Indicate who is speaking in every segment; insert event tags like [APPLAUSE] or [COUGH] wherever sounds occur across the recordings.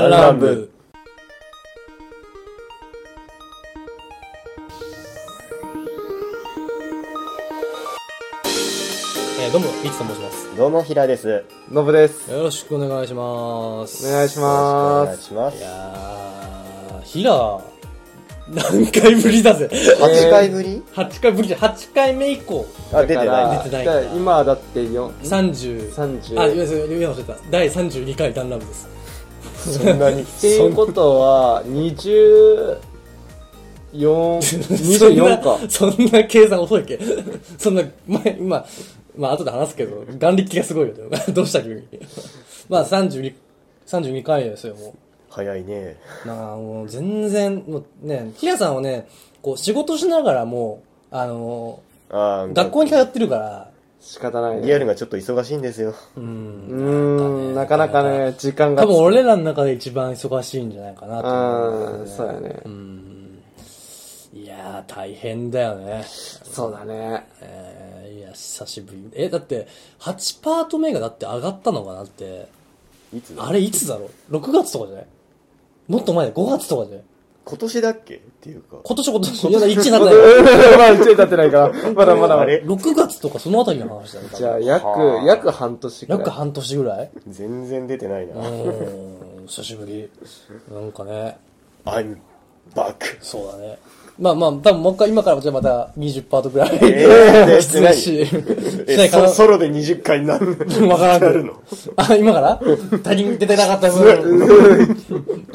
Speaker 1: ダンランブ。えー、どうも、ミキと申します。
Speaker 2: どうも、平です。
Speaker 3: ノブです。
Speaker 1: よろしくお願いします。
Speaker 3: お願いし
Speaker 2: お
Speaker 3: ま
Speaker 2: 願い
Speaker 3: す。
Speaker 2: しま
Speaker 1: い
Speaker 2: す。
Speaker 1: やー、ヒラ、何回ぶりだぜ。 [LAUGHS]
Speaker 2: 8回ぶり
Speaker 1: 8回ぶりじゃ、8回目以降、
Speaker 2: あ、出て
Speaker 3: だから
Speaker 2: ない。
Speaker 1: 出てないから
Speaker 3: 今だって4、
Speaker 1: 30、
Speaker 3: 30
Speaker 1: あ、いや、すいません、間違えた。第32回ダンランブです。
Speaker 2: そんなに。
Speaker 3: っていうことは、24、24か。
Speaker 1: そんなそんな計算遅いっけ [LAUGHS] そんな、前、今、まあ後で話すけど、眼力がすごいよ、ね、 [LAUGHS] どうした急に。まあ32、32回ですよ、も
Speaker 2: 早いね。
Speaker 1: う。なあ、もう全然、もうね、ひらさんはね、こう仕事しながらもう、あの
Speaker 2: あー
Speaker 1: 学校に通ってるから、
Speaker 3: 仕方ないね。
Speaker 2: リアルがちょっと忙しいんですよ。
Speaker 1: うん。
Speaker 3: うーん、なかなかね、時間が
Speaker 1: 多
Speaker 3: つ。
Speaker 1: 分俺らの中で一番忙しいんじゃないかなと思
Speaker 3: う
Speaker 1: うん
Speaker 3: ん、
Speaker 1: だ
Speaker 3: そう
Speaker 1: よね。
Speaker 3: やね。
Speaker 1: いやー、大変だよね。
Speaker 3: そうだ
Speaker 2: [LAUGHS]
Speaker 3: ね。
Speaker 1: えー、いや、久しぶり。え、だって、8パート目がだって上がったのかなって、
Speaker 2: いつだ
Speaker 1: あれいつだろう ?6 月とかじゃないもっと前で5月とかじゃない
Speaker 2: 今年だっけっていうか。
Speaker 1: 今年今年、いや、1なったよ。
Speaker 3: まあ、一応経ってないから。まだまだ
Speaker 2: あ
Speaker 3: まだ。
Speaker 2: れ
Speaker 1: 6月とかそのあたりの話だよ。多分
Speaker 3: じゃあ、約
Speaker 2: はあ、
Speaker 3: 約半年くらい。
Speaker 1: 約半年ぐらい
Speaker 2: 全然出てないうな。
Speaker 1: ーん、久しぶり。なんかね、
Speaker 2: I'm back.
Speaker 1: そうだね。まあまあ、多分もう一回今からじゃあまた20パートぐらい。
Speaker 2: えー、してな
Speaker 1: 出
Speaker 2: い
Speaker 1: 演し、しな
Speaker 2: え、
Speaker 1: いか
Speaker 2: そ
Speaker 1: な。
Speaker 2: ソロで20回になる。
Speaker 1: [LAUGHS] わからんけ
Speaker 2: な
Speaker 1: ど
Speaker 2: るの
Speaker 1: あ、今
Speaker 2: [LAUGHS]
Speaker 1: から他人出てなかった分。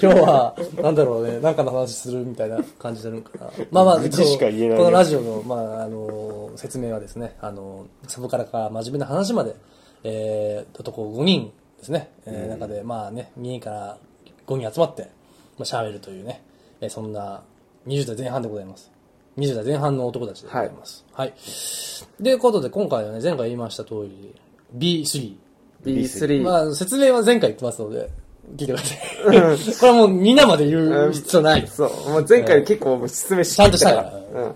Speaker 1: 今日は、なんだろうね、なんかの話するみたいな感じになるんかな。まあまあ、
Speaker 2: 愚痴しか言えない
Speaker 1: このラジオの、まあ、あの、説明はですね、あの、サブからから真面目な話まで、えー、男5人ですね、えー、中で、まあね、2人から5人集まって、まあ、喋るというね、えー、そんな20代前半でございます。20代前半の男たちでございます。はい。ということで、今回はね、前回言いました通り、B3。
Speaker 3: B3。
Speaker 1: まあ、説明は前回言ってますので、聞いてください。 [LAUGHS] これはもう皆まで言う必要ないです。
Speaker 3: そう。もう前回結構もう説明して
Speaker 1: ちゃんとしたか
Speaker 3: か
Speaker 1: ら
Speaker 3: ら。うん。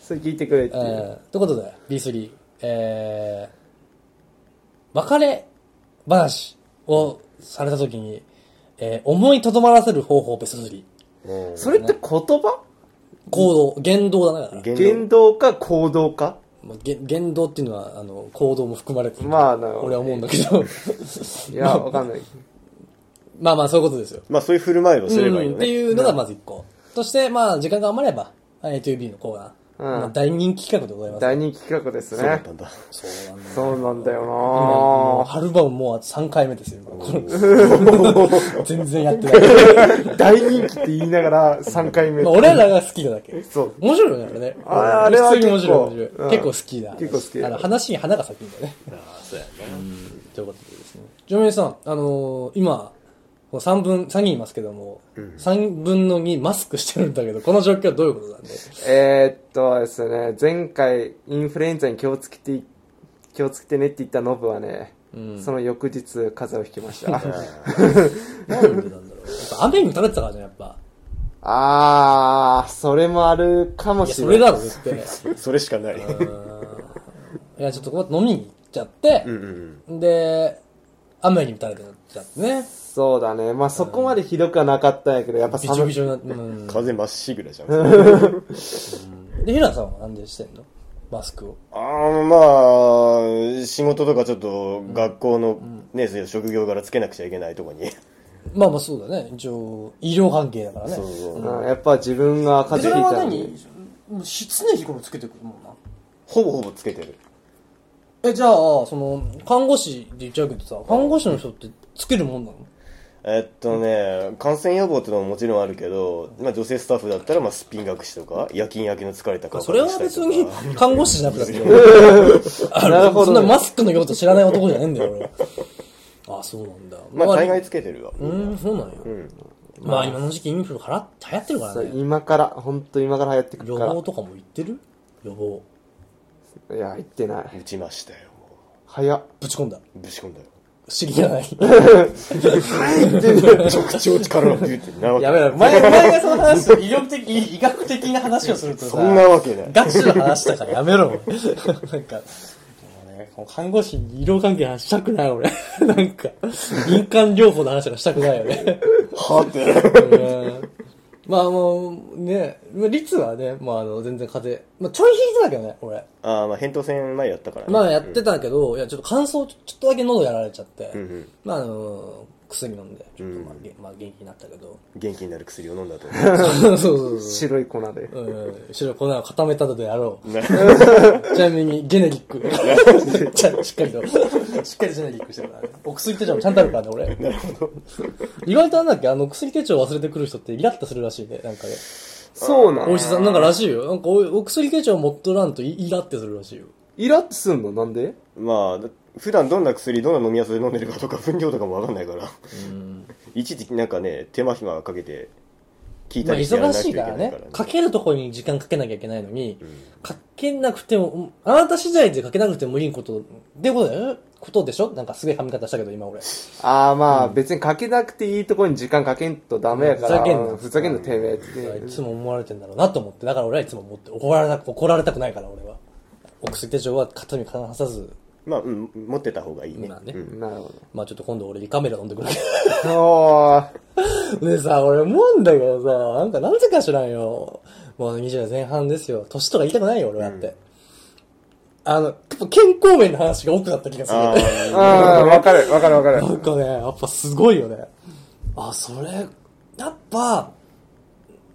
Speaker 3: それ聞いてくれって
Speaker 1: え
Speaker 3: いう。
Speaker 1: ー、ということで、B3、えー、別れ話をされた時に、えー、思いとどまらせる方法ベスト3。
Speaker 2: うん
Speaker 3: それって言葉
Speaker 1: 行動、言動だな、だから。
Speaker 2: 言動
Speaker 3: 言動か行動か
Speaker 1: まあげ言動っていうのは、あの、行動も含まれてる。
Speaker 3: まあなるほど
Speaker 1: 俺は思うんだけど。 [LAUGHS]
Speaker 3: いや、わかんない。
Speaker 1: まあまあ、そういうことですよ。
Speaker 2: まあそういう振る舞いをすればいい
Speaker 1: うん
Speaker 2: よ
Speaker 1: って
Speaker 2: ね。
Speaker 1: いうのがまず一個。そして、まあ、時間が余れば、A2B のコーナー。
Speaker 3: うん
Speaker 1: まあ、大人気企画でございます。
Speaker 3: 大人気企画で
Speaker 2: そ
Speaker 3: す
Speaker 2: うだ
Speaker 3: ね
Speaker 2: っ。たんだ。
Speaker 1: そうなんだ。
Speaker 3: そうなんだよな
Speaker 1: もう
Speaker 3: ぁ
Speaker 1: 春晩もう3回目ですよ、今この [LAUGHS] 全然やってない。
Speaker 3: [LAUGHS] 大人気って言いながら3回目。
Speaker 1: まあ俺らが好きなだけ。
Speaker 3: そう。
Speaker 1: 面白いよね、あれね。
Speaker 3: ああれは
Speaker 1: 普通に面白い、面
Speaker 3: 結構
Speaker 1: 白い。
Speaker 3: うん
Speaker 1: 結構好きだ。
Speaker 3: 結構好き
Speaker 1: あの、話に花が咲くんだよね。
Speaker 2: あそうやね。
Speaker 1: ということでですね。ジョメイさん、あのー今、この3分、3人いますけども、3分の2マスクしてるんだけど、この状況はどういうことなんで
Speaker 3: えーっとですね、前回インフルエンザに気をつけて、気をつけてねって言ったノブはね、その翌日風邪をひきました。
Speaker 1: なんでなんだろう。 [LAUGHS] やっぱ雨に打たれてたからじゃん、やっぱ。
Speaker 3: [LAUGHS] あー、それもあるかも
Speaker 1: いや、
Speaker 3: し
Speaker 1: そ
Speaker 3: れ
Speaker 1: れ
Speaker 3: ない。
Speaker 1: だろ、絶対。い
Speaker 2: それしかない。
Speaker 1: や、ちょっとこう飲みに行っちゃって、
Speaker 2: うんうん。
Speaker 1: で、雨に打たれてなっちゃってね。
Speaker 3: そうだね。まあそこまでひどくはなかったんやけど、やっぱ
Speaker 1: びちょ
Speaker 3: 寒
Speaker 1: び
Speaker 3: い。
Speaker 1: ちょになって。うん。
Speaker 2: 風まっしぐらじゃん。
Speaker 1: で、ヒラさんはなんでしてんのマスクを。
Speaker 2: あーまあ、仕事とかちょっと学校のね、そういう職業柄つけなくちゃいけないとこに。
Speaker 1: まあまあそうだね。一応、医療関係だからね。
Speaker 2: そうそう
Speaker 3: うんやっぱ自分が風邪ひいたのに。
Speaker 1: 常日頃つけてくるもんな。
Speaker 2: ほぼほぼつけてる。
Speaker 1: え、じゃあ、その、看護師で言っちゃうけどさ、看護師の人ってつけるもんなの
Speaker 2: えっとね、感染予防ってのももちろんあるけど、まあ、女性スタッフだったら、まあ、すっぴん隠しとか、夜勤明けの疲れた顔
Speaker 1: それ
Speaker 2: 隠
Speaker 1: は
Speaker 2: したりとか。
Speaker 1: 別に、看護師じゃなくたって。
Speaker 3: なるほ
Speaker 1: そ
Speaker 3: ど
Speaker 1: ん
Speaker 3: ね
Speaker 1: なマスクの用途知らない男じゃねえんだよ、俺。ああ、そうなんだ。
Speaker 2: まあ、大
Speaker 1: う
Speaker 2: 概つけてるわ。
Speaker 1: ーん、そうなんや。まあ今の時期インフルから流行ってるから
Speaker 3: そう
Speaker 1: ね。
Speaker 3: 今から、本当今から流行ってく
Speaker 1: 予
Speaker 3: るか
Speaker 1: 防とかも言ってる予防。
Speaker 3: ら。いや、言ってない。
Speaker 2: 打ちましたよ。も
Speaker 3: 早っ。
Speaker 1: ぶち込んだ。
Speaker 2: うぶち込んだよ。
Speaker 1: 不思議じゃない。
Speaker 2: 直腸力をビューってなわけ。
Speaker 1: やめろ、前、前がその話、医療的、医医学的な話をするとさ、
Speaker 2: そんなわけない。
Speaker 1: ガチの話だからやめろ。なんか、でもね、この看護師に医療関係の話したくない、俺。 [LAUGHS] なんか、民間療法の話がしたくないよね。
Speaker 2: はぁって。
Speaker 1: うんまあもう、ね、率はね、まああの、全然風邪。まあちょい引いてたけどね、俺。
Speaker 2: ああ、まあ、扁桃腺前やったからね。
Speaker 1: まあやってたけど、いや、ちょっと乾燥、ちょちょっとだけ喉やられちゃって、
Speaker 2: うんうん
Speaker 1: まああの、薬飲んで、ちょっとまあ、げまあ元気になったけど。 [LAUGHS]
Speaker 2: 元気になる薬を飲んだと。
Speaker 1: そうそうそう。
Speaker 3: 白い粉で。
Speaker 1: うん、白い粉を固めたのであろう。 [LAUGHS] ちなみに、ゲネリック。 [LAUGHS] ちゃしっかりと、しっかりジェネリックしてるからね。お薬手帳もちゃんとあるからね、俺。意外となんだっけ、あの、薬手帳忘れてくる人ってイラッとするらしいね、なんかね。
Speaker 3: そうな
Speaker 1: お医者
Speaker 3: の
Speaker 1: さん、なんからしいよ。なんかお、お薬手帳持っとらんとイイラってするらしいよ。
Speaker 3: イラッとすんのなんで
Speaker 2: まあ、だ普段どんな薬、どんな飲みやすで飲んでるかとか、分量とかもわかんないから。いちいちなんかね、手間暇かけて、聞い
Speaker 1: ま
Speaker 2: た
Speaker 1: あ、
Speaker 2: りしてや
Speaker 1: 忙
Speaker 2: らなきゃ
Speaker 1: し
Speaker 2: い
Speaker 1: い
Speaker 2: け
Speaker 1: か
Speaker 2: ない
Speaker 1: ら
Speaker 2: から
Speaker 1: ね
Speaker 2: ね。。
Speaker 1: かけるところに時間かけなきゃいけないのに、かけなくても、うんあなた次第でかけなくてもいいこと、ってことだよね。ことでしょなんかすげえ髪型したけど、今俺。
Speaker 3: ああまあ、別にかけなくていいところに時間かけんとダメやから。
Speaker 1: ふざけんな
Speaker 3: うふざけんな、てめえっ
Speaker 1: い
Speaker 3: て。
Speaker 1: つも思われてんだろうなと思って、だから俺はいつも思って、怒られた怒られたくないから俺は。お薬手帳は肩身離さず、
Speaker 2: まあ、うん、持ってた方がいいね。
Speaker 1: まあね
Speaker 2: うん
Speaker 3: なるほ
Speaker 1: まあちょっと今度俺リカメラ飲んでくるけ
Speaker 3: ど。おー。
Speaker 1: ど。 [LAUGHS] でさ、俺思うんだけどさ、なんかなぜか知らんよ。もう20代前半ですよ。年とか言いたくないよ、俺はって。あの、結構健康面の話が多くなった気がする。
Speaker 2: ああ、
Speaker 3: ああ、わかる、わかる、わかる。
Speaker 1: なんかね、やっぱすごいよね。あ、それ、やっぱ、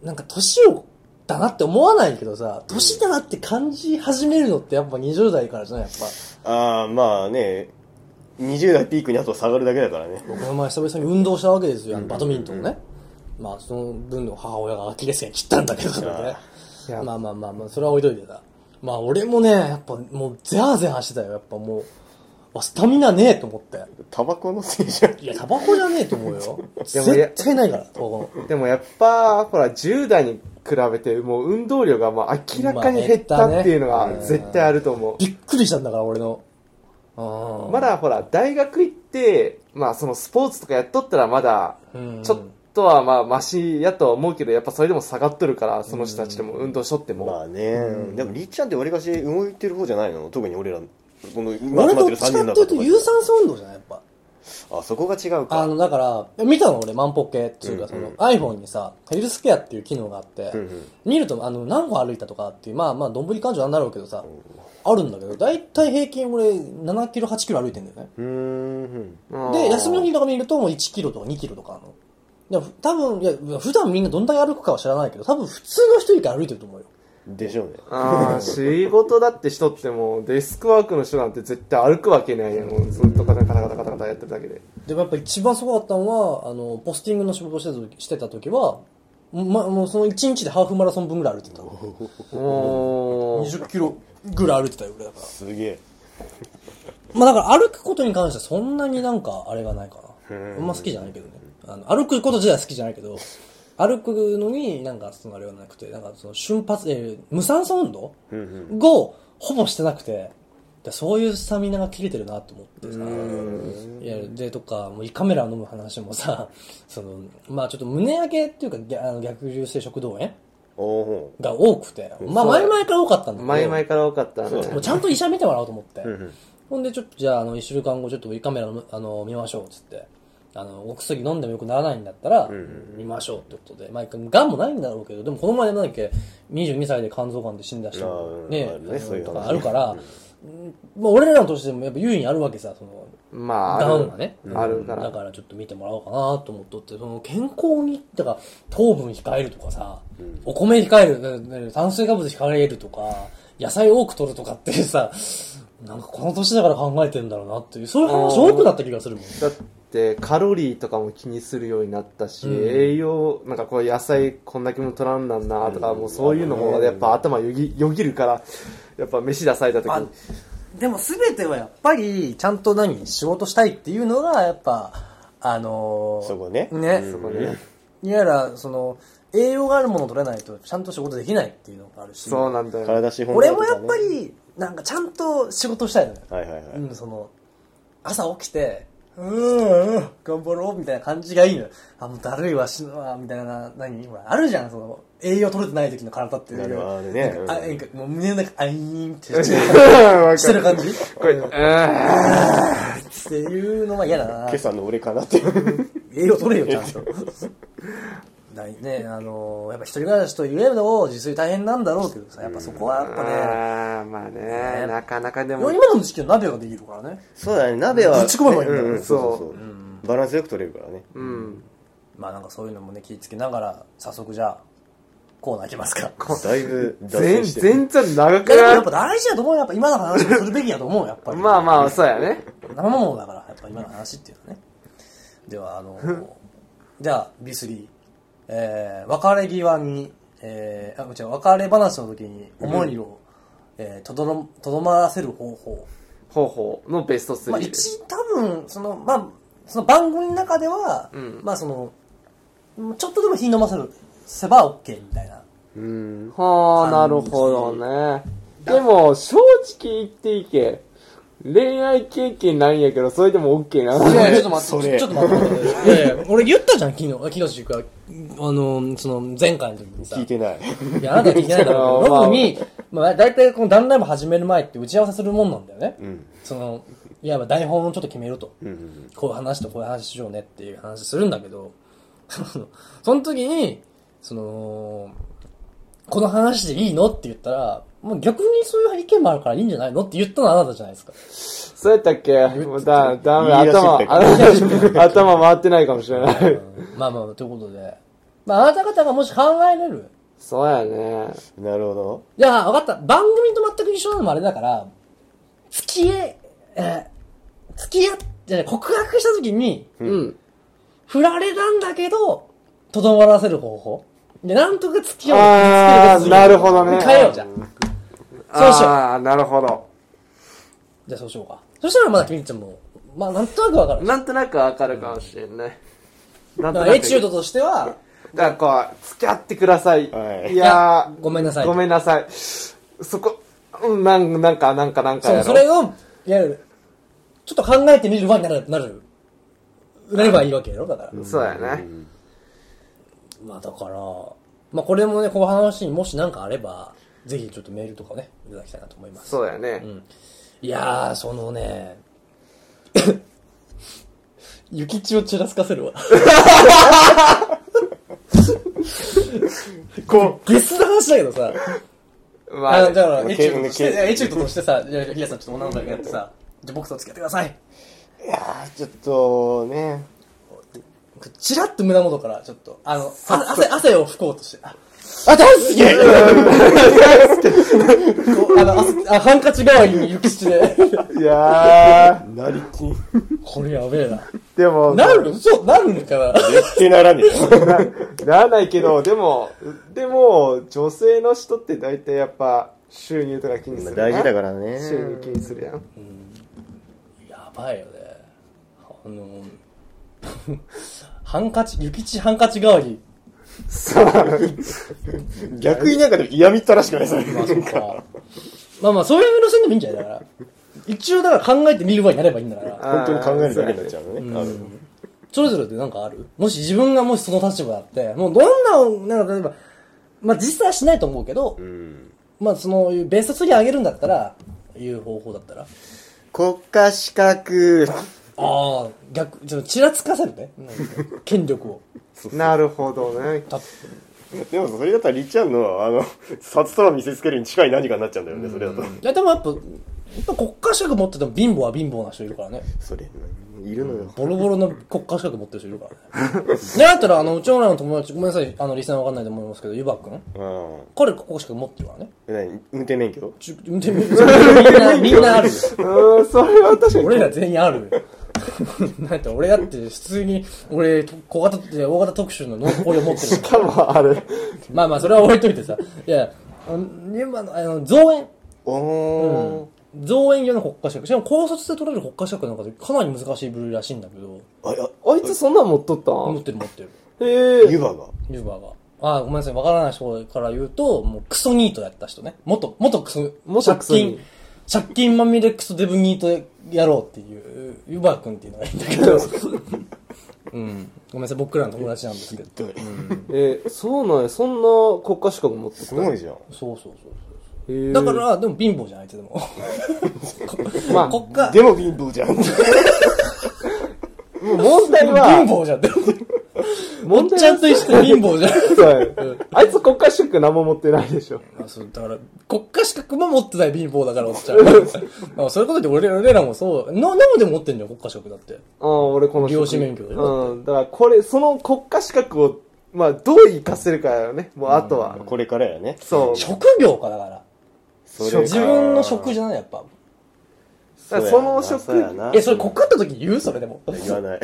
Speaker 1: なんか年を、だなって思わないけどさ、年だなって感じ始めるのってやっぱ20代からじゃないやっぱ。
Speaker 2: ああ、まあね、20代ピークにあと下がるだけだからね。
Speaker 1: 僕の前久々に運動したわけですよ、あのバドミントンをね。まあ、その分の母親がアキレス腱切ったんだけどね。
Speaker 3: いや
Speaker 1: [LAUGHS] まあまあまあまあ、それは置いといてた。まあ俺もね、やっぱもうゼハゼハしてたよ、やっぱもう。あ、スタミナねえと思って。
Speaker 2: タバコのせいじゃん。
Speaker 1: いや、タバコじゃねえと思うよ。
Speaker 3: でもいや
Speaker 1: [LAUGHS] 絶対ないから、タバコの。
Speaker 3: でもやっぱ、ほら、10代に比べて、もう運動量がもう明らかに減ったっていうの
Speaker 1: まあ減っ
Speaker 3: が
Speaker 1: たね
Speaker 3: 絶対あると思
Speaker 1: びっくりしたんだから、俺の。あ
Speaker 3: う。まだほら、大学行って、まあそのスポーツとかやっとったらまだ、
Speaker 1: うん
Speaker 3: ちょっとはまあマシやとは思うけど、やっぱそれでも下がっとるから、その人たちでも運動しとって
Speaker 2: ま
Speaker 3: も。
Speaker 2: あね、でもりっちゃんってわりかし動いてる方じゃないの特に俺ら、この今
Speaker 1: 俺
Speaker 2: 集ま
Speaker 1: ど
Speaker 2: って
Speaker 1: っ
Speaker 2: る
Speaker 1: ち
Speaker 2: 3
Speaker 1: か
Speaker 2: 人
Speaker 1: っ
Speaker 2: の
Speaker 1: ていう
Speaker 2: 中
Speaker 1: と
Speaker 2: とかで
Speaker 1: 有酸素運動じゃないやっぱ。
Speaker 2: あ、そこが違う
Speaker 1: あ
Speaker 2: か。
Speaker 1: の、だから、見たの俺、万歩計っていうか、その iPhone にさ、ヘルスケアっていう機能があって
Speaker 2: んうん、
Speaker 1: 見ると、あの、何歩歩いたとかっていう、まあまあ、どんぶり勘定なんだろうけどさ、あるんだけど、だいたい平均俺、7キロ、8キロ歩いてんだよね。
Speaker 2: うーん。
Speaker 3: うん
Speaker 1: で、休みの日とか見ると、もう1キロとか2キロとかあるの。でも多分、いや、普段みんなどんだけ歩くかは知らないけど、多分普通の人よりか歩いてると思うよ。
Speaker 2: でしょうね。
Speaker 3: ああ、仕事だってしとっても、デスクワークの人なんて絶対歩くわけないやん。もうずっとカタカタカタカタカタやってるだけで。
Speaker 1: でもやっぱ一番すごかったのは、あの、ポスティングの仕事をしてた時してた時は、ま、もうその1日でハーフマラソン分ぐらい歩いてた。
Speaker 3: おー。
Speaker 1: 20キロぐらい歩いてたよ、俺だから。
Speaker 2: すげえ。
Speaker 1: まあだから歩くことに関してはそんなになんかあれがないかな。あんま好きじゃないけどね。あの歩くこと自体は好きじゃないけど、歩くのになんかそのあれはなくて、なんかその瞬発、えー無酸素運動を、ほぼしてなくて、でそういうスタミナが切れてるなと思ってさ、いや、で、とか、もう胃カメラ飲む話もさ、 [LAUGHS] その、まあちょっと胸上げっていうかぎゃあの逆流性食道炎
Speaker 2: おー
Speaker 1: が多くて、まあ前々から多かったんだけど、
Speaker 3: 前々から多かったね。
Speaker 1: もうちゃんと医者見てもらおうと思って。ほんで、ちょっと、じゃあ、あの、一週間後、ちょっと胃カメラの、あの、見ましょう、つって。あの、お薬飲んでもよくならないんだったら、見ましょうってことで。まあ、癌もないんだろうけど、でもこの前なんだっけ、22歳で肝臓癌で死んだ人
Speaker 2: あー
Speaker 1: ね、
Speaker 2: あ
Speaker 1: あ
Speaker 2: るねそうい
Speaker 1: の
Speaker 2: う話
Speaker 1: とかあるから、うんまあ、俺らの年でもやっぱ優位にあるわけさ、その、
Speaker 3: まあ、あ
Speaker 1: 癌
Speaker 3: る
Speaker 1: がね。
Speaker 3: あるから
Speaker 1: だ。からちょっと見てもらおうかなと思っとって、その健康に、だから糖分控えるとかさ、お米控えるな、な炭水化物控えるとか、野菜多く取るとかっていうさ、なんかこの年だから考えてんだろうなっていう、そういう話多くなった気がするもん。
Speaker 3: だってカロリーとかも気にするようになったし、栄養なんかこう野菜こんだけも取らんなんなとか、もうそういうのもやっぱ頭よぎよぎるからやっぱ飯出された時に
Speaker 1: でも全てはやっぱり、ちゃんと何、仕事したいっていうのが、やっぱ、あの
Speaker 2: そこね
Speaker 1: ね。
Speaker 3: そこね
Speaker 1: いわゆる、その、栄養があるものを取れないと、ちゃんと仕事できないっていうのがあるし。
Speaker 3: そうなんだよ
Speaker 2: 体資本
Speaker 1: 俺もやっぱり、なんかちゃんと仕事したいのよ。
Speaker 2: はいはいはい。
Speaker 1: うん、その、朝起きて、うんうん、頑張ろうみたいな感じがいいのよ。あ、もうだるいわ、死ぬわ、みたいな、何ほら、あるじゃん、その、栄養取れてない時の体っていうの
Speaker 2: あるね
Speaker 1: なんかあ
Speaker 2: うん
Speaker 1: なんかもう胸の中、あいーんってして
Speaker 3: わ
Speaker 1: してる感じ
Speaker 3: これ、あ
Speaker 1: っていうのは嫌だな
Speaker 2: 今。朝の俺かなっていう。
Speaker 1: 栄養取れよ、ちゃんと。だいね、あのやっぱ一人暮らしと言えど、自炊大変なんだろうけどさ、やっぱそこはやっぱ
Speaker 3: あ、まあね、なかなかで
Speaker 1: ね、
Speaker 3: も、
Speaker 1: 今の時期は鍋ができるからね。
Speaker 2: そうだね、鍋は。
Speaker 1: ぶち込めばいいんだよ
Speaker 2: ううそうそうそうバランスよく取れるからね。
Speaker 3: うん。
Speaker 1: まあなんかそういうのもね、気ぃつけながら、早速じゃあ、コーナーいきます
Speaker 3: [LAUGHS]
Speaker 1: か。
Speaker 2: だいぶ脱
Speaker 3: 全、
Speaker 2: 線してる。
Speaker 3: 全然長
Speaker 1: いや
Speaker 3: く
Speaker 1: でもや
Speaker 3: な
Speaker 1: っぱ大事だと思うよ。やっぱ今の話もするべきやと思うよ。やっぱ
Speaker 3: い
Speaker 1: り。
Speaker 3: まあまあ、そうやね。
Speaker 1: 生ものだから、やっぱ今の話っていうのはね。では、あの、じゃあ B3、えー、別れ際に、えー、あ、違う、別れ話の時に思いを、えーとどろ、とどまらせる方法。
Speaker 3: 方法のベスト
Speaker 1: まあ
Speaker 3: 3で
Speaker 1: 一、
Speaker 3: す。
Speaker 1: 多分、その、まあ、その番組の中では、
Speaker 3: ん
Speaker 1: まあその、ちょっとでも火飲ませる、せば OK みたいな。
Speaker 2: うん。
Speaker 3: はあ、なるほどね。でも、正直言っていけ。恋愛経験ないんやけど、それでも OK なの
Speaker 1: いやいやち
Speaker 3: ね。
Speaker 1: ょっと待っ
Speaker 2: そ
Speaker 1: て、
Speaker 2: れ
Speaker 1: ちょっと待って。い [LAUGHS] やいや俺言ったじゃん、昨日。昨日っていうか、あの、その、前回の時にさ。
Speaker 2: 聞いてない。
Speaker 1: いや、あなたは聞いてないだ [LAUGHS] ろうけど、
Speaker 3: まあ
Speaker 1: ロブに、まあ、大体この団体も始める前って打ち合わせするもんなんだよね。
Speaker 2: うん。
Speaker 1: その、いわば台本をちょっと決めると。
Speaker 2: うんうん。
Speaker 1: こういう話とこういう話しようねっていう話するんだけど、 [LAUGHS] そのその時に、その、この話でいいのって言ったら、もう逆にそういう意見もあるからいいんじゃないのって言ったのはあなたじゃないですか。
Speaker 3: そうやったっけもうだ、ダメ、
Speaker 2: 言い出し
Speaker 3: 頭
Speaker 2: て、た
Speaker 3: 頭頭回ってないかもし
Speaker 1: [LAUGHS]
Speaker 3: れない。
Speaker 1: まあまあ、ということで。まあ、あなた方がもし考えれる。
Speaker 3: そうやね。
Speaker 2: なるほど。
Speaker 1: いや、わかった。番組と全く一緒なのもあれだから、付き合い、えー付き合って、告白した時に、
Speaker 3: うん。
Speaker 1: 振られたんだけど、とどまらせる方法。で、なんとか付き合
Speaker 3: あ
Speaker 1: う。
Speaker 3: ー、
Speaker 1: 付き合う
Speaker 3: なるほどね。
Speaker 1: 変えよう、じゃあ。そうしよう
Speaker 3: あー、なるほど。
Speaker 1: じゃあそうしようか。そしたらまだ君ちゃんも、まあ、なんとなくわかる。
Speaker 3: なんとなくわかるかもしれんね。なん
Speaker 1: だ
Speaker 3: と
Speaker 1: か
Speaker 3: な
Speaker 1: ら
Speaker 3: く。
Speaker 1: エチュードとしては、
Speaker 3: だからこう、付き合ってください。
Speaker 2: はい
Speaker 3: いやー
Speaker 1: ごめんなさい。
Speaker 3: ごめんなさい。そこ、うん、なんなんか、なんか、なんか
Speaker 1: そ
Speaker 3: や
Speaker 1: う、
Speaker 3: ろ。
Speaker 1: それを、いわゆる、ちょっと考えてみるわになる、なる、なればいいわけやろ、だから。
Speaker 3: そうやね。
Speaker 1: まあだから、まあこれもね、この話にもし何かあれば、ぜひちょっとメールとかね、いただきたいなと思います。
Speaker 3: そうやね。
Speaker 1: いやー、そのね、 [LAUGHS] 雪地をちらつかせるわ。こう、ゲスな話だけどさ、
Speaker 3: ま
Speaker 1: あ
Speaker 3: あ
Speaker 1: の、だから、エチュード
Speaker 2: け
Speaker 1: として、い
Speaker 2: け
Speaker 1: やエチュードとしてさ、いやヒヤさんちょっと女の子だけやってさ、じゃあ僕と付き合ってください。
Speaker 2: いやー、ちょっとね、
Speaker 1: チラッと胸元から、ちょっと、あの、あ汗、汗を拭こうとして、あ、あ、大好き [LAUGHS] こうあのあ、あハンカチ代わりに雪質で。
Speaker 3: いや
Speaker 2: なりきん。
Speaker 1: [LAUGHS] これやべえな。
Speaker 3: ー、でも、
Speaker 1: なるそう、なるのかな
Speaker 2: 絶対ならね [LAUGHS] えよ。
Speaker 3: ならないけど、でも、でも、女性の人って大体やっぱ、収入とか気にするやん。
Speaker 2: 大事だからね。
Speaker 3: 収入気にするやん。
Speaker 1: やばいよね。あの、 [LAUGHS] ハンカチ、雪地ハンカチ代わり。
Speaker 2: 逆になんかでも嫌みったらしくないそれ。
Speaker 1: まあ、そっ
Speaker 2: な
Speaker 1: か。まあまあ、そういう路線でもいいんじゃないだから。一応、だから考えてみる場になればいいんだから。
Speaker 2: 本当に考えるだけになっちゃうのね。あの
Speaker 1: それぞれでなんかあるもし自分がもしその立場だって、もうどんな、なんか例えば、まあ実際はしないと思うけど、
Speaker 2: うん。
Speaker 1: まあその、ベスト3上げるんだったら、いう方法だったら。
Speaker 2: 国家資格。
Speaker 1: ああ、逆、ちょっとちらつかせるね。なんか権力を。
Speaker 3: なるほどね。
Speaker 1: たっ
Speaker 2: でもそれだったらりっちゃんの、あの、札束見せつけるに近い何かになっちゃうんだよね、それだと。
Speaker 1: いや、でもやっぱ、やっぱ国家資格持ってても貧乏は貧乏な人いるからね。
Speaker 2: それ、いるのよ。
Speaker 1: ボロボロの国家資格持ってる人いるからね。で、だったら、あの、うちの俺の友達、ごめんなさい、あの、リスナーわかんないと思いますけど、ゆばくん
Speaker 2: うん。
Speaker 1: 彼、国家資格持ってるからね。
Speaker 2: 何運転免許
Speaker 1: ちゅみんな、みんなあるよ。
Speaker 3: うーん、それは確かに。
Speaker 1: 俺ら全員あるよ。 [LAUGHS] なんて、俺だって、普通に、俺、小型って、大型特集の濃厚を持ってる。
Speaker 3: 多分あれ。
Speaker 1: まあまあ、それは置いといてさ。いや、あのゆばの、あの、造園。
Speaker 2: おー。
Speaker 1: 造園用の国家資格。しかも高卒で取れる国家資格なんかでかなり難しい部類らしいんだけど、
Speaker 2: あ、いや、
Speaker 3: あいつそんなん持っとった
Speaker 1: 持っ
Speaker 3: ん
Speaker 1: てる持ってる。
Speaker 3: へえ。
Speaker 2: 湯葉が。
Speaker 1: ユーバーが。あーごめんなさい、わからない人から言うと、もうクソニートやった人ね。元、元クソ、
Speaker 3: 元クソニー
Speaker 1: 借金借金まみれクソデブニートやろうっていう、湯葉くんっていうのがいいんだけ [LAUGHS] ど、うん。ごめんなさい、僕らの友達なんですけど。
Speaker 2: どう
Speaker 3: えーそうなんや、そんな国家資格持って
Speaker 2: す
Speaker 3: た
Speaker 2: ごいじゃん。
Speaker 1: そうそうそうそ
Speaker 3: え
Speaker 1: う。
Speaker 3: ー
Speaker 1: だから、でも貧乏じゃん、あいつで [LAUGHS] も。
Speaker 3: まあ、
Speaker 1: 国家、
Speaker 2: でも貧乏じゃん。
Speaker 3: もう問題
Speaker 1: 貧
Speaker 3: は、
Speaker 1: 乏じゃんって。お
Speaker 3: 問
Speaker 1: っちゃ
Speaker 3: 題
Speaker 1: んと一緒に貧 [LAUGHS] 乏じゃん。
Speaker 3: は、あいつ国家資格何も持ってないでしょ。
Speaker 1: あそうだから、国家資格も持ってない貧乏だから、おっち [LAUGHS] ゃんは。あそういうことで俺ら俺らもそう。な、なんでも持ってんじゃん、国家資格だって。
Speaker 3: ああ、俺この
Speaker 1: 漁師免許だよ
Speaker 3: うん。だからこれ、その国家資格を、まあ、どう活かせるかよね。もうあとは。
Speaker 2: これからやね。
Speaker 3: そう。
Speaker 1: 職業か、だから。
Speaker 2: それか
Speaker 1: 自分の職じゃない、やっぱ。
Speaker 3: だからその職
Speaker 2: そうやな
Speaker 1: え、それ告った時に言うそれでも。 [LAUGHS] 違
Speaker 2: 言わない。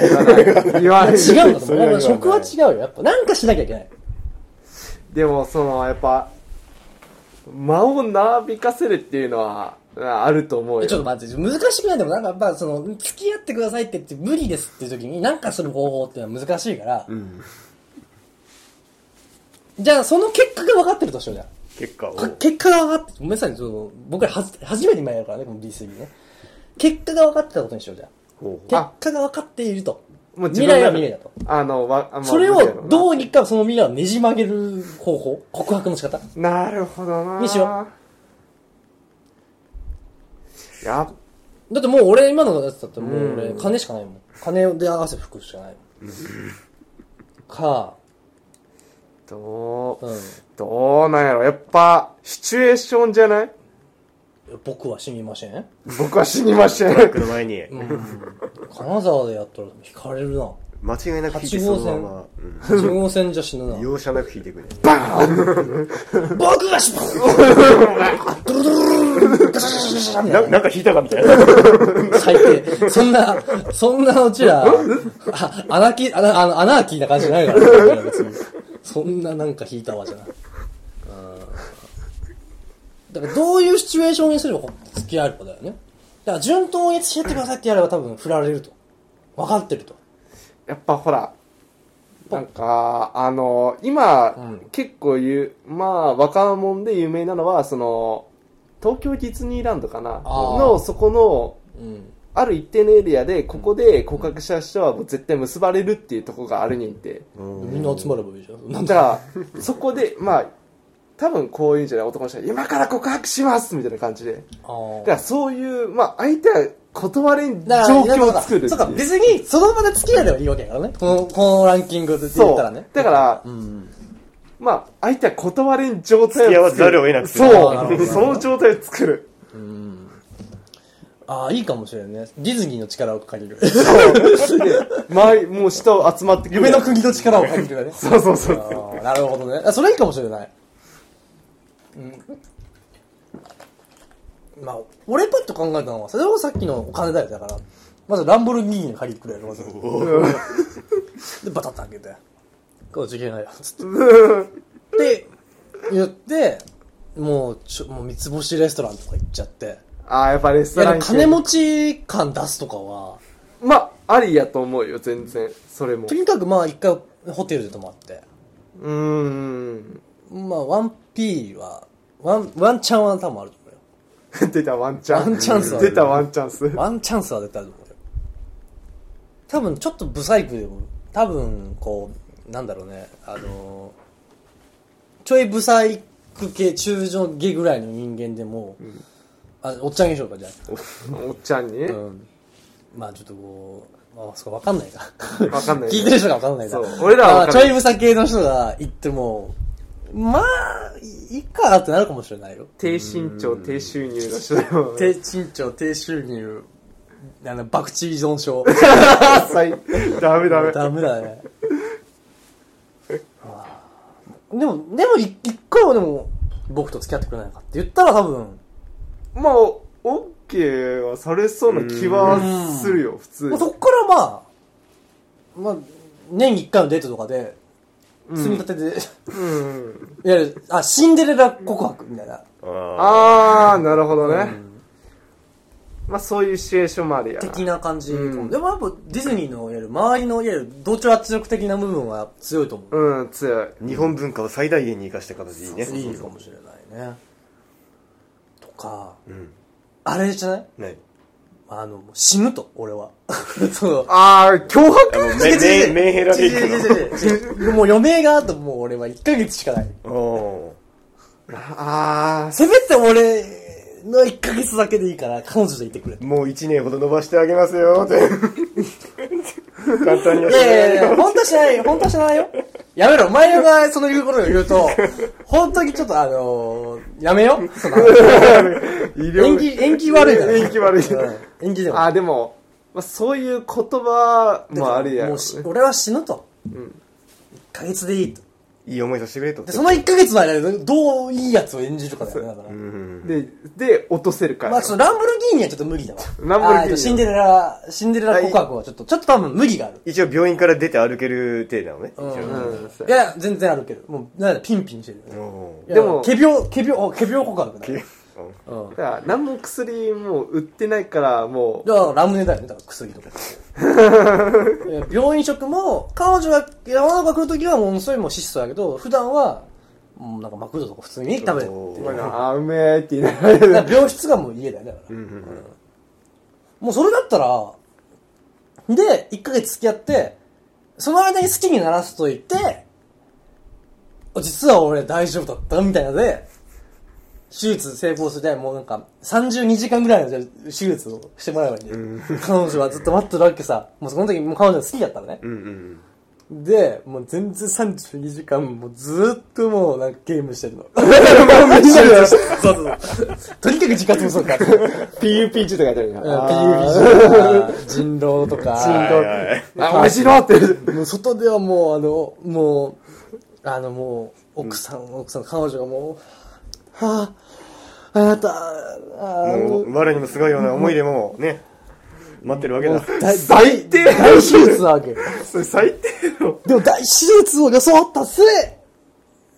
Speaker 3: 言われる。
Speaker 1: うんだと
Speaker 2: そ
Speaker 1: 思う。やっ
Speaker 2: れは言わな
Speaker 1: ぱ
Speaker 2: い
Speaker 1: 職は違うよ。やっぱ、なんかしなきゃいけない。
Speaker 3: [LAUGHS] でも、その、やっぱ、間を長引かせるっていうのは、ああると思う
Speaker 1: え
Speaker 3: よ。
Speaker 1: ちょっと待って、難しくないでも、なんかやっぱ、その、付き合ってくださいって言って、無理ですっていう時に、なんかする方法っていうのは難しいから、じゃあ、その結果が分かってるとしようじゃん。
Speaker 2: 結果を。
Speaker 1: か結果が分かって、ごめんなさいね、その僕らはず初めて今やるからね、この D3 ね。結果が分かってたことにしようじゃん。
Speaker 2: ほう
Speaker 1: 結
Speaker 3: あ
Speaker 1: 果が分かっていると。
Speaker 3: もう自
Speaker 1: 未来は
Speaker 3: 分の中で
Speaker 1: 未来だと。
Speaker 3: あの、わ、あ
Speaker 1: それをど
Speaker 3: う
Speaker 1: うにかその未来をねじ曲げる方法告白の仕方
Speaker 3: なるほどな
Speaker 1: にしよ
Speaker 3: やっ
Speaker 1: だってもう俺今のやつだってもう俺金しかないもん。金で汗拭くしかないもん。か、
Speaker 3: と、
Speaker 1: うん。
Speaker 3: どうなんやろ。やっぱ、シチュエーションじゃない
Speaker 1: 僕は死にません
Speaker 3: 僕は死にません。
Speaker 2: トラ
Speaker 1: [LAUGHS]
Speaker 2: ックの前に、
Speaker 1: 金沢でやったら引かれるな。
Speaker 2: 間違いなく引い
Speaker 1: 八
Speaker 2: て
Speaker 1: 号
Speaker 2: その
Speaker 1: 線
Speaker 2: まま、うん
Speaker 1: 自分戦じゃ死ぬな。
Speaker 2: 容赦なく引いてくね。
Speaker 1: 僕は死ぬ
Speaker 2: ななんか引いたかみたいな。
Speaker 1: 最低。そんな、そんなうちら、あアナキー、アナあのアナーキーな感じじゃないからね、別に。そんななんか引いたわじゃない。うんだからどういうシチュエーションにすれば付き合えるかだよね。だから順当に付き合ってくださいってやれば多分振られると。分かってると。
Speaker 3: やっぱほら、なんか、あの、今、結構言う、まあ、若者で有名なのは、その、東京ディズニーランドかな
Speaker 1: あー
Speaker 3: の、そこの、
Speaker 1: うん。
Speaker 3: ある一定のエリアで、ここで告白した人はもう絶対結ばれるっていうところがあるにんて。
Speaker 1: みんな集まればいいじゃん。なん
Speaker 3: だ
Speaker 1: だ
Speaker 3: から、そこで、まあ、多分こういうんじゃない男の人は、今から告白しますみたいな感じで。
Speaker 1: あー
Speaker 3: だからそういう、まあ、相手は断れん状
Speaker 1: だから
Speaker 3: 況を作るって
Speaker 1: そう
Speaker 3: い
Speaker 1: か、別にその場で付き合えばいいわけだからね。この、このランキングで言ったらね。
Speaker 3: だから、まあ、相手は断れん状態を
Speaker 2: 付き合わざるを得なくする
Speaker 1: あ
Speaker 3: そ
Speaker 1: ー
Speaker 3: う。その状態を作る。
Speaker 1: ああ、いいかもしれんね。ディズニーの力を借りる。
Speaker 3: で、前、もう下を集まってくる。
Speaker 1: 夢の国の力を借りるね。
Speaker 3: そうそうそう。
Speaker 1: ああなるほどね。あ、それいいかもしれない。うん。まあ、俺パッと考えたのは、それをさっきのお金だよ、だから。まずランボルギーニに借りてくれるまず。で、バタッと開けて。こう、受験ないよ、つって。で、言って、もう、ちょ、もう三つ星レストランとか行っちゃって。
Speaker 3: ああ、やっぱレス
Speaker 1: い
Speaker 3: ト
Speaker 1: や、
Speaker 3: ラ
Speaker 1: で
Speaker 3: ン
Speaker 1: も
Speaker 3: 系
Speaker 1: 金持ち感出すとかは、
Speaker 3: まあ、ありやと思うよ、全然。それも
Speaker 1: と。にかくまあ一回ホテルで泊まって。
Speaker 3: うーん。
Speaker 1: まあ、ワンピーは、ワン、ワンチャンは多分あると思うよ。
Speaker 3: 出たワンチャン。
Speaker 1: ワンチャンスは
Speaker 3: 出たワンチャンス。
Speaker 1: ワンチャンスは絶対あると思うよ。多分、ちょっとブサイクでも、多分、こう、なんだろうね、あのーちょいブサイク系、中上下ぐらいの人間でも、あ、おっちゃんでしょうか、じゃ
Speaker 3: おっちゃんに
Speaker 1: あ。うん。まあ、ちょっとこう、まあ、そうか、わかんないか。
Speaker 3: わかんないけ
Speaker 1: 聞
Speaker 3: ど
Speaker 1: いてる人がわかんないか
Speaker 3: そう。俺らは
Speaker 1: ま
Speaker 3: わ
Speaker 1: あ
Speaker 3: か
Speaker 1: ち
Speaker 3: ん
Speaker 1: ょ
Speaker 3: ない
Speaker 1: いブサ系の人が言っても、まあ、いいかってなるかもしれないよ。
Speaker 3: 低身長、低収入の人でも。
Speaker 1: 低身長、低収入、あの、博打依存
Speaker 3: [LAUGHS]
Speaker 1: 症。
Speaker 3: 最ダメダメ。
Speaker 1: ダメだね。でも、でも、い一回はでも、僕と付き合ってくれないかって言ったら多分、
Speaker 3: まあ、オッケーはされそうな気はするよ、普通
Speaker 1: ま
Speaker 3: に
Speaker 1: あ、。そっからまあ、まあ、年に一回のデートとかで、積み立てで、
Speaker 3: うん。
Speaker 1: いわゆる、あ、シンデレラ告白みたいな。
Speaker 2: あ
Speaker 3: あー、なるほどね。まあ、そういうシチュエーションもあるやな。
Speaker 1: 的な感じかも、
Speaker 3: うん
Speaker 1: でもやっぱディズニーの、いわゆる周りの、いわゆる同調圧力的な部分は強いと思う。
Speaker 3: うん、強い。
Speaker 2: ー日本文化を最大限に生かした形でいいね。
Speaker 1: いいかもしれないね。とか、
Speaker 2: ん
Speaker 1: あれじゃない
Speaker 2: 何
Speaker 1: あの、死ぬと、俺は。 [LAUGHS] そう。
Speaker 3: あー、脅迫
Speaker 2: あの、メメメンヘラで
Speaker 1: 違
Speaker 2: 行
Speaker 1: う違う違う違うもう余命があともう俺は1ヶ月しかない。
Speaker 2: くの。お
Speaker 3: あ
Speaker 1: せめて俺の1ヶ月だけでいいから彼女でいてくれと
Speaker 2: ー。もう1年ほど伸ばしてあげます [LAUGHS] よ、って。簡単にはい
Speaker 1: やいやいや、本当はしないよ。本当はしないよ。やめろ。お前がその言うことを言う
Speaker 3: [LAUGHS]
Speaker 1: と、本当にちょっとあのー、やめよ。
Speaker 3: [LAUGHS]
Speaker 1: その
Speaker 3: ー、医
Speaker 1: 演技、演技悪いから。
Speaker 3: 演技悪い。
Speaker 1: うん演技でも。
Speaker 3: あー、でも、まあ、そういう言葉もあるや
Speaker 1: も
Speaker 3: ろ
Speaker 1: うし
Speaker 3: ね。
Speaker 1: 俺は死ぬと。
Speaker 3: ん
Speaker 1: 1ヶ月でいいと。
Speaker 2: いい思いさせてくれと
Speaker 1: で、。その1ヶ月の間でどういいやつを演じるかだよね、だから
Speaker 2: う。ん。
Speaker 3: で、で、落とせるから。
Speaker 1: まあ、ちょっとランブルギーニはちょっと無理だわ。
Speaker 3: ランブルギーニは
Speaker 1: あーえっとシンデレラ、シンデレラ告白はちょっと、ちょっと多分無理がある。
Speaker 2: 一応病院から出て歩ける程度なのね。
Speaker 3: うんそう
Speaker 1: いや、全然歩ける。もう、なんだ、ピンピンしてる。
Speaker 2: 一応お
Speaker 3: でも
Speaker 1: いや仮病、仮病、お仮病告白だから。
Speaker 2: ーうん
Speaker 1: うん。
Speaker 3: だから何も薬もう売ってないから、も
Speaker 1: だからラムネだよね、だから薬とか。いや病院食も、彼女が山とか食うときはものすごいもう質素だけど、普段は、もうなんかマクドとか普通に食べるって
Speaker 3: う、
Speaker 1: い
Speaker 2: お
Speaker 1: う。
Speaker 3: まあ、あーうめえって言いながら、
Speaker 1: だから [LAUGHS] 病室がもう家だよね、だから。もうそれだったら、で、1ヶ月付き合って、その間に好きにならせといて、実は俺大丈夫だったみたいなので、手術成功するためにもうなんか32時間ぐらいの手術をしてもらえばいいんだよ彼女はずっと待ってるわけさ。もうその時もう彼女が好きだったらね。
Speaker 2: うんうん。
Speaker 1: で、もう全然32時間もうずーっともうなんかゲームしてるの。もうみんなで [LAUGHS] そうそうそう。 [LAUGHS] とにかく時間潰そうか。
Speaker 3: PUPG とかやってるか
Speaker 1: うん
Speaker 3: ら。
Speaker 1: PUBG とか、人狼とか、
Speaker 2: はいはい
Speaker 3: あー、面白いって。
Speaker 1: もう外ではもう、あの、もう、あのもう、奥さん、奥さん、彼女がもう、はぁ、あなた、あ
Speaker 2: も
Speaker 1: ー
Speaker 2: う、我にもすごいような思いでも、ね、待ってるわけだ。
Speaker 1: 大
Speaker 3: 最低
Speaker 1: 大手術なわけ。
Speaker 2: それ最低の。
Speaker 1: でも大手術を装った末、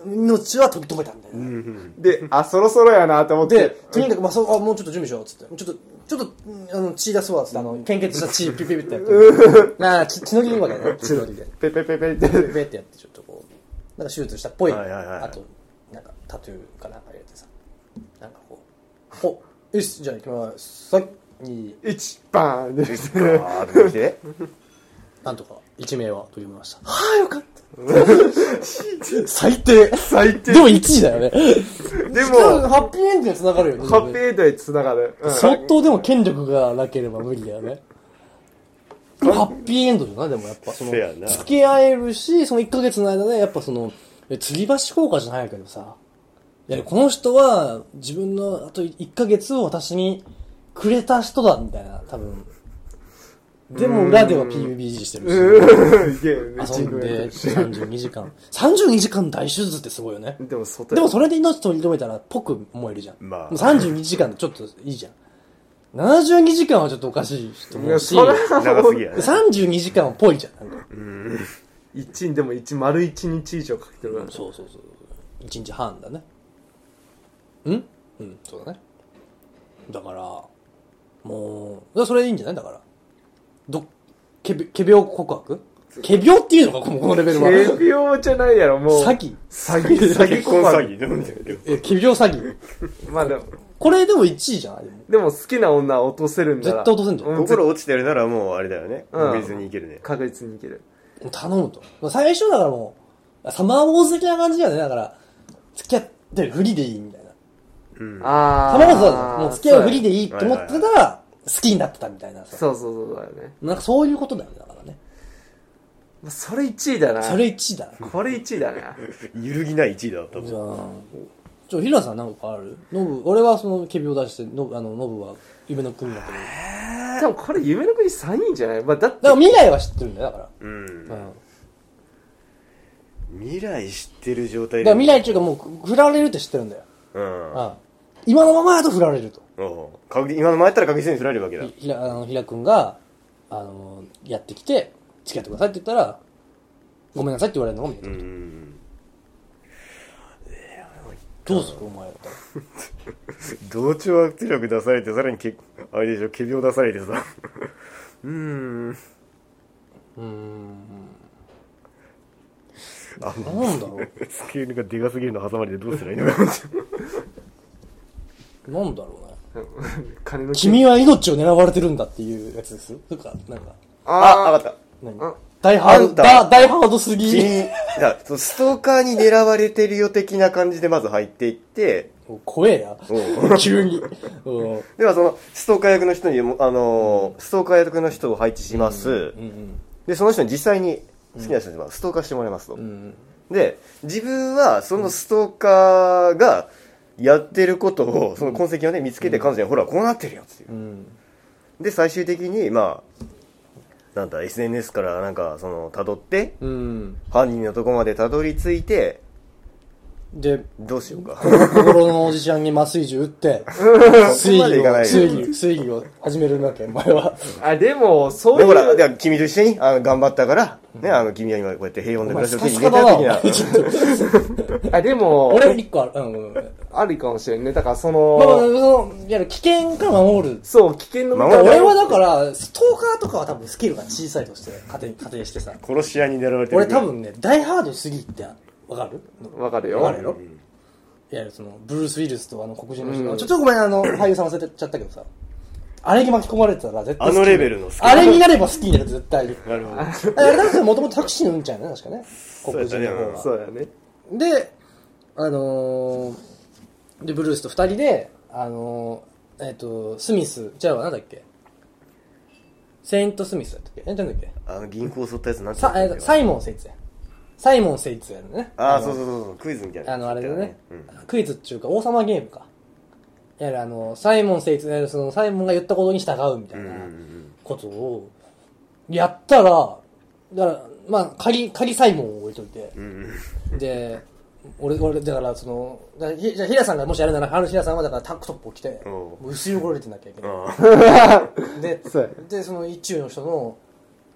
Speaker 1: 命は飛び止めたんだよね。 [LAUGHS]
Speaker 3: で、あ、そろそろやなと思って。
Speaker 1: で、とにかく、まあ、そう、あ、もうちょっと準備しよう、つって。ちょっと、ちょっとうん、あの、血出そうだ、つって、あの、献血した血、ピュピュピュってやって。なあ、血血のりいいわけだね、血のりで。
Speaker 3: ペペペペって。 [LAUGHS]
Speaker 1: ベってやってちょっとこうなんか手術したっぽい,、
Speaker 2: はいはいはい
Speaker 1: あとなんかタトゥーかなんか入れてさなんかこうおよしじゃあ行きますはいに
Speaker 3: 一バーン
Speaker 1: [LAUGHS]
Speaker 3: で
Speaker 2: あー、でも見て。
Speaker 1: なんとか一命は取り留めましたはあよかった [LAUGHS] 最低
Speaker 3: 最低
Speaker 1: でも1位だよね
Speaker 3: で
Speaker 1: でも
Speaker 3: も、
Speaker 1: ハッピーエンドにつながるよね
Speaker 3: ハッピーエンドに繋がる。うん [LAUGHS]
Speaker 1: 相当でも権力がなければ無理だよねでもハッピーエンドじゃないでもやっぱその
Speaker 2: せやな
Speaker 1: 付き合えるしその1ヶ月の間でやっぱそのえ吊り橋効果じゃないけどさいやこの人は自分のあと1ヶ月を私にくれた人だみたいな多分でも裏では PUBG してるし
Speaker 3: うんいけるね
Speaker 1: [LAUGHS] 遊んで32時間32時間大手術ってすごいよね
Speaker 3: でも、外
Speaker 1: でもそれで命取り留めたら、ぽく燃えるじゃん。
Speaker 2: ま
Speaker 1: も
Speaker 2: あ
Speaker 1: う32時間でちょっといいじゃん。72時間はちょっとおかしいと
Speaker 3: い
Speaker 1: 思
Speaker 3: や、
Speaker 1: うし、
Speaker 3: それは
Speaker 1: [LAUGHS]
Speaker 2: 長すぎやね。
Speaker 1: 32時間はぽいじゃん。なんか
Speaker 3: 一日でも一丸一日以上かけてるから。
Speaker 1: そうそうそう。1日半だね。うんうん、そうだね。だから、もう、だからそれでいいんじゃないだから。ど、けび、けびょう告白けびょうっていうのか、このこのレベ [LAUGHS] ルは。
Speaker 3: 軽病じゃないやろ、もう。
Speaker 1: 詐欺。
Speaker 3: 詐
Speaker 1: [LAUGHS]
Speaker 3: 欺、詐欺
Speaker 2: 結婚
Speaker 3: 婚詐
Speaker 2: 詐欺なんだけど。
Speaker 1: え、けびょう詐欺。
Speaker 3: 欺。まあでも、
Speaker 1: これでも1位じゃないでも
Speaker 3: でも好きな女は落とせるんだ
Speaker 1: 絶
Speaker 3: ら。
Speaker 1: 対落とせんじゃん。
Speaker 3: うん
Speaker 2: 心落ちてるならもうあれだよね。
Speaker 3: うん
Speaker 2: 別にいけるね。
Speaker 3: 確実にいける。
Speaker 1: 頼むと。まあ最初だからもう、サマーウォーズ的な感じだよね。だから、付き合ってるふりでいいみたいな。
Speaker 2: うん。
Speaker 3: あ
Speaker 1: サ
Speaker 3: あ。
Speaker 1: マーウォーズだともう付き合うふりでいいと思って
Speaker 2: はい
Speaker 1: たら、好きになってたみたいなさ。
Speaker 3: そうそうそうだよね。
Speaker 1: なんかそういうことだよね。だからね。
Speaker 3: まあそれ1位だな。
Speaker 1: それ1位だな。
Speaker 3: これ1位だな。
Speaker 2: 揺るぎない1位だったも
Speaker 1: じ
Speaker 2: ん。
Speaker 1: ゃあ、ちょ、ヒラさんなんかあるノブ、俺はその、ケビを出して、ノブ、あの、ノブは夢の国だけど。だか
Speaker 3: でもこれ夢の国3位じゃないまあだって
Speaker 1: ら、未来は知ってるんだよ、だか
Speaker 2: うん
Speaker 1: ら。。うん。
Speaker 2: 未来知ってる状
Speaker 1: だ
Speaker 2: 態で。
Speaker 1: から未来っていうかもう、振られるって知ってるんだよ。
Speaker 2: うん。
Speaker 1: うん。今のままだと振られると。
Speaker 2: おう確実今の前やったら確実に振られるわけだ。
Speaker 1: ひら、あの、ひらくんが、あの、やってきて、付き合ってくださいって言ったら、ごめんなさいって言われるのが見え
Speaker 2: う
Speaker 1: た。
Speaker 2: ん。
Speaker 1: どうするお前だったら。
Speaker 2: 同調圧力出されて、さらにけ、あれでしょ、仮病出されてさ。うーん。
Speaker 1: うーん。
Speaker 2: あ、
Speaker 1: なんだろう。
Speaker 2: スケールがでかすぎるの挟まれてどうすりゃいいのかなって。
Speaker 1: なんだろうね。
Speaker 3: 金の
Speaker 1: 君は命を狙われてるんだっていうやつですそれか、なんか、
Speaker 2: あ、わか
Speaker 3: あ
Speaker 2: った。
Speaker 1: 何
Speaker 3: あ
Speaker 1: 大ハ
Speaker 2: あ
Speaker 1: ー
Speaker 2: ん
Speaker 1: ド、
Speaker 2: た
Speaker 1: だ大ハードすぎ。
Speaker 2: 君、だそうストーカーに狙われてるよ的な感じでまず入っていって、
Speaker 1: お怖えな。
Speaker 2: う
Speaker 1: 急に。うん
Speaker 2: ではその、ストーカー役の人にも、あのーストーカー役の人を配置します。
Speaker 1: うん
Speaker 2: で、その人に実際に好きな人にまあストーカーしてもらいますと。
Speaker 1: うん。うん。
Speaker 2: で、自分はそのストーカーがやってることを、その痕跡をね、見つけて彼女に、ほら、こうなってるよっていう。
Speaker 1: うん。
Speaker 2: で、最終的に、まあ、なんだ、SNS からなんか、その、辿って、
Speaker 1: うん。
Speaker 2: 犯人のとこまで辿り着いて、
Speaker 1: で、
Speaker 2: どうしようか。 [LAUGHS]
Speaker 1: 心のおじちゃんに麻酔銃撃って、
Speaker 2: そこ
Speaker 1: 推
Speaker 2: までい
Speaker 1: 理
Speaker 2: かな
Speaker 1: を、
Speaker 2: いよ
Speaker 1: 推理、推理を始めるわけ、お前は。
Speaker 3: あでもそうい
Speaker 2: で
Speaker 3: う
Speaker 2: ほら、で君と一緒にあの頑張ったから、ね、あの君は今こうやって平穏な暮らしを手に入れた
Speaker 1: お前スカ
Speaker 2: 的な。
Speaker 3: あでも
Speaker 1: [LAUGHS] 俺は一個ある。うんうん。まあ
Speaker 3: ありかもしれんねだからそ
Speaker 1: まあ、そ
Speaker 3: の
Speaker 1: の、いわゆる危険から守る。
Speaker 3: そう危険の
Speaker 2: 守る
Speaker 1: 俺はだから、ストーカーとかは多分スキルが小さいとして、仮定仮定してさ。
Speaker 2: 殺し屋に狙われてる。
Speaker 1: 俺多。分ね、大ハードすぎって、わかる
Speaker 3: わかるよ
Speaker 1: わかるよ。いや、その、ブルース・ウィルスとあの黒人の人が、ちょっとごめん、あの、俳優さん忘れちゃったけどさ、あれに巻き込まれてたら絶対好き
Speaker 2: あのレベルの好き
Speaker 1: あれになれば好きになる、絶対に。
Speaker 2: なる
Speaker 1: [LAUGHS]
Speaker 2: ほど。
Speaker 1: あれだってもともとタクシーのうんちゃんやね、確かね。黒人の
Speaker 2: そうや
Speaker 1: 方
Speaker 3: そうやね
Speaker 1: が。で、あのー、で、ブルースと二人で、あのー、えっ、と、スミス、じゃあなんだっけセイント・スミスだったっけえ、なんだっけ
Speaker 2: あの銀行を襲ったやつなんて
Speaker 1: さ、えーサイモン・セイツや。サイモン・セイツやね。
Speaker 2: ああ、
Speaker 1: の
Speaker 2: そうそうそうそう、クイズみたいな。
Speaker 1: あの、あれだね、
Speaker 2: うん
Speaker 1: クイズっていうか、王様ゲームか。いわゆるあの、サイモン聖一、いわゆるその、サイモンが言ったことに従うみたい
Speaker 2: うんう
Speaker 1: なん
Speaker 2: うん
Speaker 1: ことを、やったら、だから、まあ、仮、仮サイモンを置いといて、
Speaker 2: うんうん。
Speaker 1: で、俺、俺、だから、その、だからひじゃあヒラさんがもしやるなら、あのヒラさんはだからタンクトップを着て、
Speaker 2: おう
Speaker 1: 薄汚れてなきゃいけない。
Speaker 2: あー
Speaker 1: で
Speaker 3: そうや
Speaker 1: でその一中の人の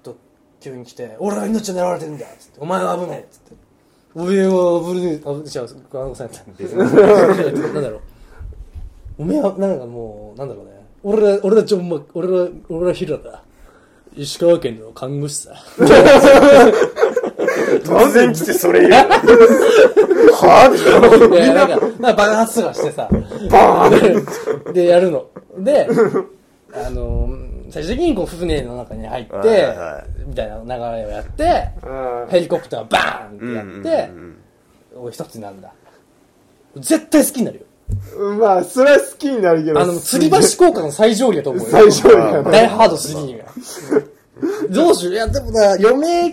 Speaker 1: と急に来て「俺は命を狙われてるんだ」っつって「お前は危ない」っつって「おめえは危ねえ」あぶ違うごめんなさいなんだろうおめえはなんかもうなんだろうね俺ら俺らちょんま俺ら俺らヒラだ石川県の看護師さ
Speaker 2: 突然来て
Speaker 1: [LAUGHS]
Speaker 2: それ言うのはぁ
Speaker 1: いやなんかなんか爆発とかしてさ
Speaker 3: バーン
Speaker 1: ででやるのであの最終的にこう船の中に入って、
Speaker 2: はいはいは
Speaker 1: みたいな流れをやって
Speaker 3: うん
Speaker 1: ヘリコプターバーンってやって、俺一つになるんだ。絶対好きになるよ。
Speaker 3: うんまあ、それは好きになるけど。
Speaker 1: あの、吊り橋効果の最上位だと思うよ。
Speaker 3: 最初やな。
Speaker 1: 大ハードすぎるよ。どうしよう。いや、でもな、余命、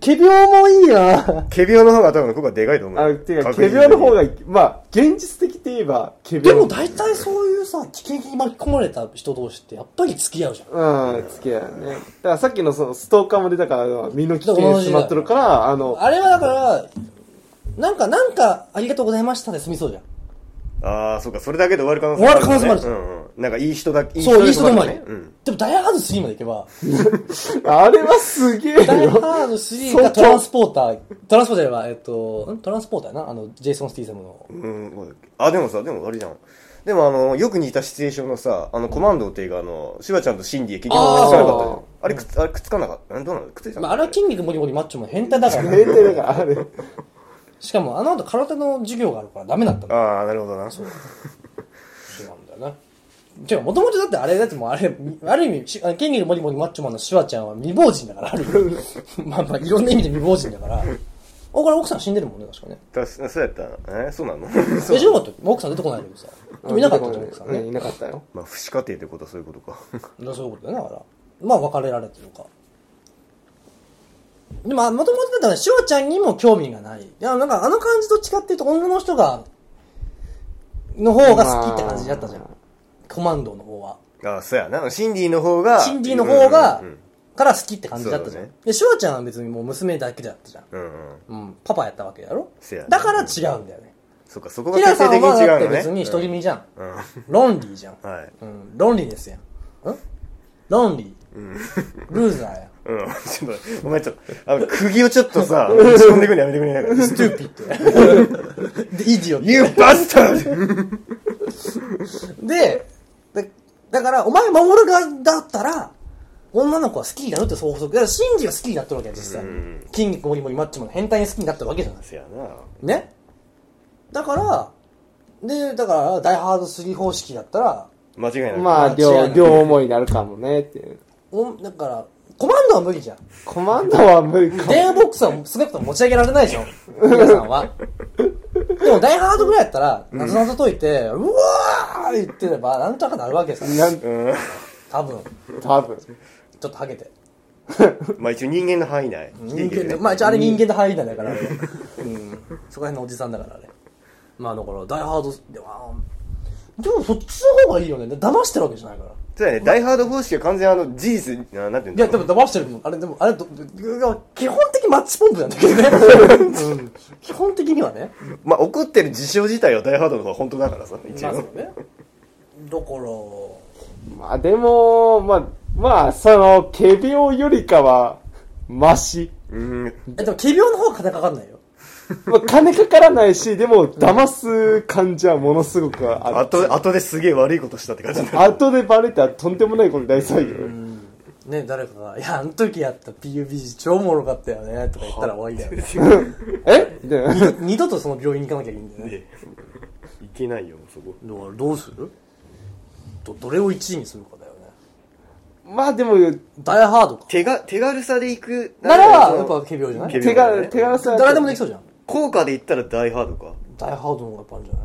Speaker 1: 仮病もいいな。
Speaker 2: ケビオの方が多分ここはでかいと思う。
Speaker 3: あ、てか、
Speaker 2: 確実
Speaker 3: 仮
Speaker 2: に
Speaker 3: 病の方が、まあ、現実的って言えば、仮
Speaker 1: でも
Speaker 3: 病。
Speaker 1: 大体そういうさ、危険に巻き込まれた人同士ってやっぱり付き合うじゃん。
Speaker 3: うん、付き合いね。だからさっきのそのストーカーも出たから、身の危険にしまっとるから、あの、
Speaker 1: あれはだから、なんか、なんか、ありがとうございましたで済みそうじゃん。
Speaker 2: ああ、そうか、それだけで終わる可能
Speaker 1: 終わる可能性もある
Speaker 2: ねうんうん。なんかいい人だ、いい
Speaker 1: そう、いい人
Speaker 2: だ
Speaker 1: で
Speaker 2: け
Speaker 1: もあ
Speaker 2: ね
Speaker 1: る
Speaker 2: うん。。
Speaker 1: でも大ハード3までいけば、
Speaker 3: あれはすげえ
Speaker 1: ダイハ
Speaker 3: よ。
Speaker 1: ード3がトランスポーター、トランスポーターは、えっと、んトランスポーターやな、あの、ジェイソン・スティーサムの。
Speaker 2: うん、あ、でもさ、でもあれじゃん。でもあの、よく似たシチュエーションのさ、あの、コマンドっていうか、あの、シュワちゃんとシンディ結局くっつかなかったじゃんあれくっつ、あれくっつかなかった。んどうなのくっついたの
Speaker 1: まあ、あれは筋肉もりもりマッチョも変態だからね、
Speaker 3: 平定だから、あれ。
Speaker 1: [LAUGHS] しかもあの後空手の授業があるからダメだったんだよ。
Speaker 2: ああ、なるほどな。
Speaker 1: そうなんだよな。てか、もともとだってあれ、だってもうあれ、ある意味、しあの筋肉もりもりマッチョマンのシュワちゃんは未亡人だ [LAUGHS] から、ある意味。まあまあ、いろんな意味で未亡人だから。あ、これ奥さん死んでるもんね、確かね。
Speaker 2: たしそうやったな。えそうなの
Speaker 1: え、じゃなかった奥さん出てこないけどさ。でもいなかったじゃん、奥さんね
Speaker 3: う。いなかったよ。
Speaker 2: [LAUGHS] まあ、不死家庭ってことはそういうことか。
Speaker 1: だからそういうことだよねだからまあ別れられてるかでももともとだったらしおちゃんにも興味がないいやなんかあの感じと違って言うと女の人がの方が好きって感じだったじゃん、
Speaker 3: ま
Speaker 1: コマンドの方は
Speaker 2: [LAUGHS] ああ、そうやな。シンディの方が。
Speaker 1: シンディの方が、
Speaker 2: うん
Speaker 1: から好きって感じだったじゃん、
Speaker 2: そうだね
Speaker 1: でしおちゃんは別にもう娘だけだったじゃん、
Speaker 2: うんうん。うんう
Speaker 1: う
Speaker 2: ん
Speaker 1: ん、パパやったわけだろ
Speaker 2: せやね
Speaker 1: だから違うんだよね
Speaker 2: そうか、そこが
Speaker 1: ひら
Speaker 2: 決
Speaker 1: さ
Speaker 2: 定
Speaker 1: ん
Speaker 2: 的
Speaker 1: は
Speaker 2: に違
Speaker 1: だっ
Speaker 2: う
Speaker 1: て
Speaker 2: のね。
Speaker 1: 別に独り身じゃん、
Speaker 2: うん。うん。は
Speaker 1: ロンリーじゃん、
Speaker 2: い。
Speaker 1: うん、ロンリーですやんんロンリー、ルーザーやん
Speaker 2: うん。 [LAUGHS] ちょっと、お前ちょっと、あの、釘をちょっと [LAUGHS] さ、打ち込んでくるのやめてくれないから。 [LAUGHS]
Speaker 1: ストゥーピッド。で、イディオット
Speaker 2: You bastard!
Speaker 1: で、でだから、お前守る側だったら、女の子は好きになるってそう法則。だから、シンジが好きになってるわけよ、実際
Speaker 2: うん。
Speaker 1: 筋肉もりもりマッチも変態に好きになってるわけじゃないですか。
Speaker 2: せやな。
Speaker 1: ねだから、で、だから、ダイハード3方式だったら、
Speaker 2: 間違いない。
Speaker 3: ま
Speaker 4: 間
Speaker 3: あ、
Speaker 4: 違い
Speaker 3: 両、
Speaker 4: ない
Speaker 3: 両思いになるかもね、っていう。
Speaker 1: おだから、コマンドは無理じゃん。
Speaker 3: コマンドは無理かも。
Speaker 1: 電話ボックスは少なくとも持ち上げられないでしょ。皆さんは。でも、ダイハードぐらいやったら、なぞなぞ解いて、うわーって言ってれば、なんとなくなるわけですよ。
Speaker 3: なん
Speaker 2: うん。
Speaker 1: 多分、
Speaker 3: 多分。
Speaker 1: ちょっとハゲて。
Speaker 2: まあ一応人間の範囲内。
Speaker 1: 人間の、まあ一応あれ人間の範囲内 [LAUGHS] だから、あれはうん。そこら辺のおじさんだから、あれ。まあだから、ダイハード、でも、でもそっちの方がいいよね。騙してるわけじゃないから。
Speaker 2: そうだね、ダイハード方式は完全あの、事実、ななんていうん
Speaker 1: いや、
Speaker 2: だ
Speaker 1: で
Speaker 2: ろう。
Speaker 1: も騙してるもん。あれ、でも、あれど、基本的にマッチポンプなんだけどね。うん基本的にはね。
Speaker 2: まあ怒ってる事象自体はダイハードの方が本当だからさ、一
Speaker 1: まあそう
Speaker 2: 応。
Speaker 1: ね。だから、
Speaker 3: まあ、でも、まあ、まあ、その、仮病よりかは、マシ。
Speaker 2: うん。
Speaker 1: え、でも、仮病の方が金かかんないよ。
Speaker 3: まあ、金かからないし、でも、騙す感じはものすごくある。
Speaker 2: 後、後ですげえ悪いことしたって感じになる。
Speaker 3: 後でバレたらとんでもないことになりそうよ。
Speaker 1: ね、誰かが、いや、あの時やった PUBG 超おもろかったよね、とか言ったら終わりだよ [LAUGHS] ね。
Speaker 3: えみたいな
Speaker 1: 二度とその病院に行かなきゃいいんだよね。
Speaker 2: いけないよ、そこ。
Speaker 1: だから、どうするど、どれを1位にするかだよね。
Speaker 3: まあでも、
Speaker 1: ダイハードか。
Speaker 2: 手が、手軽さで行く。
Speaker 1: なら、
Speaker 2: その
Speaker 1: やっぱ仮病じゃない
Speaker 2: 仮
Speaker 3: 手
Speaker 2: 病だね
Speaker 3: が、手がさ、
Speaker 1: 誰でもできそうじゃん。
Speaker 2: 効果で言ったらダイハードか。
Speaker 1: ダイハードの方がやっぱあるんじゃな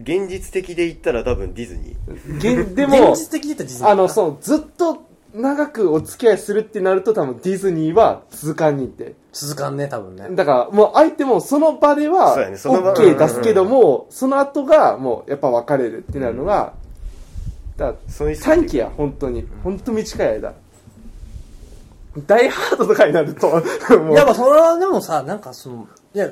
Speaker 1: い
Speaker 2: で現実的で言ったら多分ディズニー。
Speaker 3: げんでも
Speaker 1: 現、実的に言ったら実
Speaker 3: あの、そう、ずっと長くお付き合いするってなると多分ディズニーは続かんにって。
Speaker 1: 続かんね、多分ね。
Speaker 3: だから、もう相手もその場では、
Speaker 2: そうやねその場
Speaker 3: OK 出すけども、その後が、もう、やっぱ別れるってなるのが、だから
Speaker 2: そういう
Speaker 3: 短期や、本当に。本当短い間。大ハードとかになると、も
Speaker 1: いうや、まあ、それはでもさ、なんかその、いや、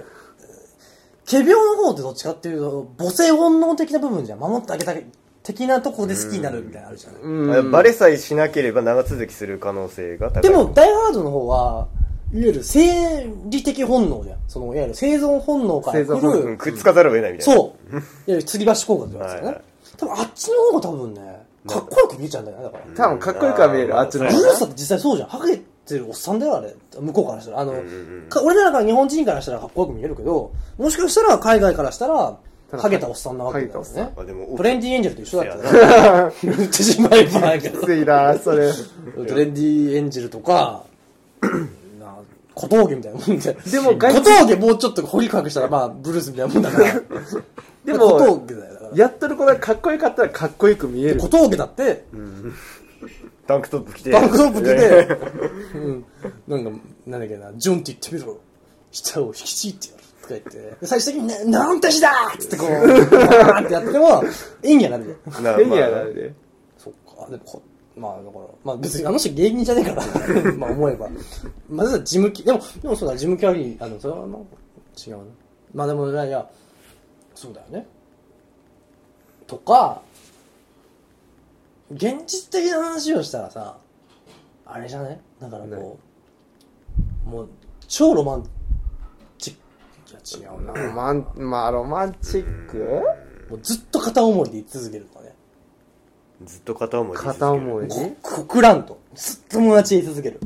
Speaker 1: 仮病の方ってどっちかっていうと、母性本能的な部分じゃん。守ってあげたい的なとこで好きになるみたいなのあるじゃない。
Speaker 3: うん
Speaker 2: バレさえしなければ長続きする可能性が高い。
Speaker 1: でも、ダイハードの方は、いわゆる生理的本能じゃん。その、いわゆる生存本能から
Speaker 3: 生存
Speaker 1: 来
Speaker 3: 本能
Speaker 2: う
Speaker 1: る
Speaker 2: ん、、くっつかざるを得ないみたいな。
Speaker 1: そう。いわゆる吊り橋効果って言われてたよ
Speaker 2: はいは
Speaker 1: ね
Speaker 2: い。
Speaker 1: 多分あっちの方が多分ね、かっこよく見えちゃうんだよね、だから。
Speaker 3: 多分かっこよくは見える、あっちの
Speaker 1: ブ
Speaker 3: 方
Speaker 1: ルース
Speaker 3: が。
Speaker 1: だって実際そうじゃん。ハゲてるおっさんだよ、あれ。向こうからしたら。あの、か俺らから日本人からしたらかっこよく見えるけど、もしかしたら海外からしたら、
Speaker 3: ただ
Speaker 1: ハゲたおっさんなわけだよ
Speaker 3: ハゲたおっ
Speaker 1: ね
Speaker 2: ま。あでも、
Speaker 1: トレンディエンジェルと一緒だったよね。 [LAUGHS] 言ってしまえばないけど。
Speaker 3: きついな、それ。
Speaker 1: トレンディエンジェルとか、な小峠みたいなもんで。
Speaker 3: でも外
Speaker 1: 小
Speaker 3: 国
Speaker 1: 峠もうちょっと掘り隠したら、まあ、ブルースみたいなもんだから。小
Speaker 3: でも、
Speaker 1: 峠だよ。だから
Speaker 3: やっとる子がかっこよかったらかっこよく見える
Speaker 1: 小。峠だって、
Speaker 2: タンクトップ着て。
Speaker 1: バンクトップ着
Speaker 2: いやいや。
Speaker 1: て、うん、なんか、なんだっけな、ジョンって言ってみろ。舌を引きちぎってやる。とか言って、で最終的に、な、なんて日だっつってこう、バーンってやっても、演技はなるじゃん。
Speaker 2: [LAUGHS] な
Speaker 3: 変やな、で。
Speaker 1: そっか、でもこ、まあだから、まあ別にあの人芸人じゃねえから、 [LAUGHS] まあ思えば。まずは事務機、でも、でもそうだ、事務機はあの、それはまあ、違うな。まあでも、いやいや、そうだよね。とか、現実的な話をしたらさ、あれじゃねだからこう、もう、超ロマンチック、いや違うな。
Speaker 3: ロマン、まあ、ロマンチック
Speaker 1: もうずっと片思いで居続けるとかね。
Speaker 2: ずっと片思いで続ける。
Speaker 3: 片思い。
Speaker 1: こくらんと。ずっと友達で居続ける。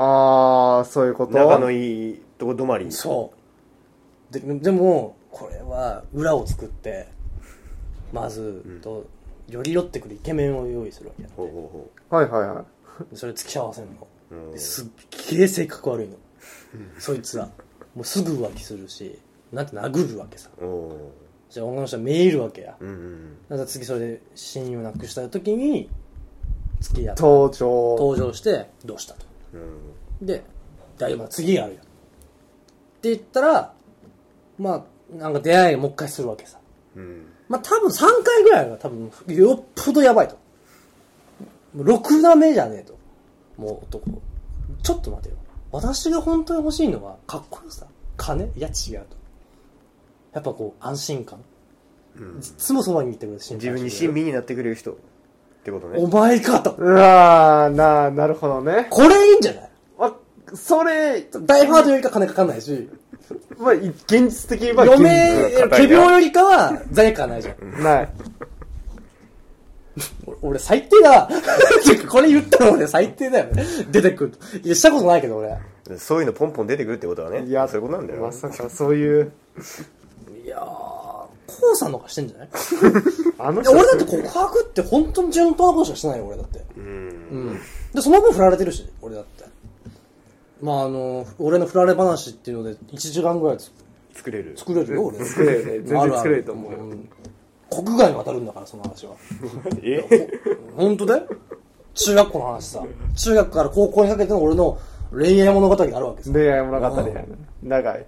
Speaker 3: ああ、そういうこと。
Speaker 2: 仲のいいとこ止まり。
Speaker 1: そうででもこれは裏を作ってまずと、より寄ってくるイケメンを用意するわけだ
Speaker 2: ほうほうほ
Speaker 3: はいはいはい。
Speaker 1: それ付き合わせるの
Speaker 2: う。うん
Speaker 1: ですっげえ性格悪いのそいつらもうすぐ浮気するしなんて殴るわけさ
Speaker 2: お
Speaker 1: じゃあ女の人はめいるわけや
Speaker 2: ーうんうん。
Speaker 1: だから次それで親友なくした時に付き合って
Speaker 3: 登場。
Speaker 1: 登場してどうしたと
Speaker 2: うん
Speaker 1: で、大丈夫だ、次があるよ。って言ったら、まあ、なんか出会いもう一回するわけさ。
Speaker 2: うん。
Speaker 1: まあ多分3回ぐらいは多分、よっぽどやばいと。もうろくな目じゃねえと。もう男。ちょっと待てよ。私が本当に欲しいのは、かっこよさ。金いや違うと。やっぱこう、安心感。いつもそばにいてくれる心配してく
Speaker 2: 自
Speaker 1: れ
Speaker 2: 分
Speaker 1: る
Speaker 2: に親身になってくれる人。ってこと
Speaker 1: お
Speaker 2: ね。
Speaker 1: 前かと。
Speaker 3: うわー、なあ、なるほどね。
Speaker 1: これいいんじゃない
Speaker 3: あ、それ、
Speaker 1: ダイハードよりか金かかんないし。
Speaker 3: まあ、い現実的に言えば
Speaker 1: 嫁、
Speaker 3: 現
Speaker 2: が硬
Speaker 1: 仮
Speaker 2: いな
Speaker 1: 病よりかは、罪悪感ないじゃん。
Speaker 3: 実ない。
Speaker 1: 俺俺最低だな。 [LAUGHS] てかこれ言ったら俺最低だよね。出てくると。いや、したことないけど俺。
Speaker 2: そういうのポンポン出てくるってことはね。
Speaker 3: いや、
Speaker 2: そういうことなんだよ。
Speaker 3: まさかそういう、
Speaker 1: いやコウさんの方がしてんじ
Speaker 3: [LAUGHS]
Speaker 1: ゃない
Speaker 3: あの
Speaker 1: いや
Speaker 3: 人
Speaker 1: 俺だって告白って本当に順当なことしかしてないよ、俺だって。うん。で、その分振られてるし、俺だって。まああの、俺の振られ話っていうので、1時間ぐらいつ
Speaker 2: 作れる。
Speaker 1: 作れるよ、俺。
Speaker 3: 作れるね全然
Speaker 1: ああ
Speaker 3: 作れると思うよ
Speaker 1: ん国外に渡るんだから、その話は。
Speaker 2: え
Speaker 1: [LAUGHS] 本当だよ。中学校の話さ。中学から高校にかけての俺の恋愛物語があるわけさ。
Speaker 3: 恋愛もなかったね長い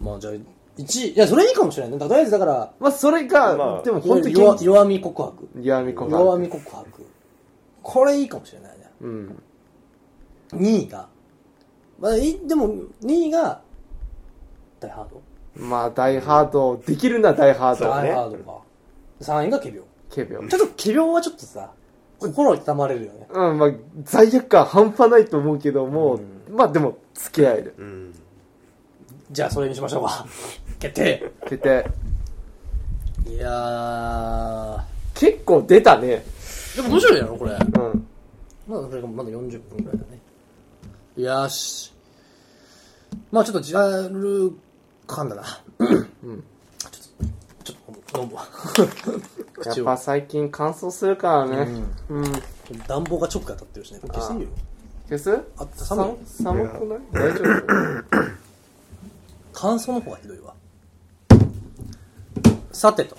Speaker 1: まあじゃあ、1、いや、それいいかもしれないね。とりあえずだから、
Speaker 3: まあそれか、
Speaker 2: まあ
Speaker 3: でも
Speaker 1: 弱
Speaker 3: 本当に
Speaker 1: 弱弱み告白。
Speaker 3: 弱みこが
Speaker 1: 弱み告白。これいいかもしれないね。
Speaker 3: うん
Speaker 1: 2位が、まあ、いでも2位が、ダイハード。
Speaker 3: まあダイハードできるなダイハード
Speaker 1: ダイハ
Speaker 3: ね
Speaker 1: ードか。3位が仮病。
Speaker 3: ケビョン
Speaker 1: ちょっと仮病はちょっとさ、心痛まれるよね。
Speaker 3: うんまあ罪悪感半端ないと思うけども、まあでも付き合える
Speaker 2: うん。
Speaker 1: じゃあそれにしましょうか。 [LAUGHS] 決定。
Speaker 3: 決定
Speaker 1: いやー。
Speaker 3: 結構出たね
Speaker 1: でも面白いやろ、これ。
Speaker 3: うん
Speaker 1: まだ、それがまだ40分ぐらいだね。よし。まあちょっとジャンル感だな。うん。ちょっと、ちょっと飲むわ。
Speaker 3: やっ
Speaker 1: 口を
Speaker 3: ぱ。最近乾燥するからねうん、
Speaker 1: 暖房が直下当たってるしね。これ消していいよ。
Speaker 3: 消す
Speaker 1: あった寒い
Speaker 3: 寒寒くない大丈夫
Speaker 1: 乾燥の方がひどいわさてと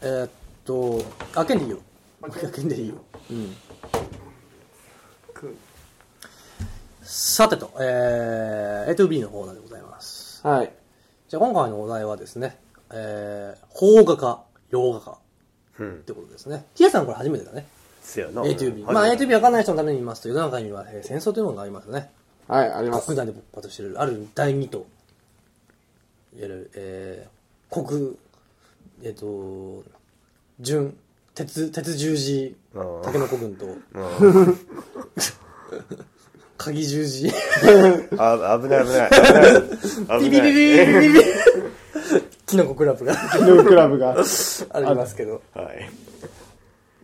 Speaker 1: えーっと開けんでいいよ開けんでいいよ
Speaker 3: く
Speaker 1: さてとえー、A2B のコーナーでございます
Speaker 3: はい
Speaker 1: じゃあ今回のお題はですねえー、邦画か洋画か
Speaker 2: うん
Speaker 1: っ。てことですねヒヤさんこれ初めてだね
Speaker 2: せやな。
Speaker 1: A2B まあ A2B わかんない人のために言いますと世の中にはえー戦争というものがありますね
Speaker 3: はいあります
Speaker 1: 国内で勃発しているある第二といわゆる、えー、国えっ、と準鉄鉄十字
Speaker 2: あー
Speaker 1: 竹の子軍と
Speaker 2: うん
Speaker 1: [LAUGHS] 鍵十字
Speaker 2: あ、危ない危ない。危な
Speaker 1: ビビビビ
Speaker 2: い危ない。
Speaker 1: ビビ [LAUGHS] ビキノコクラブが
Speaker 3: ノークラブが
Speaker 1: ありますけど
Speaker 2: はい。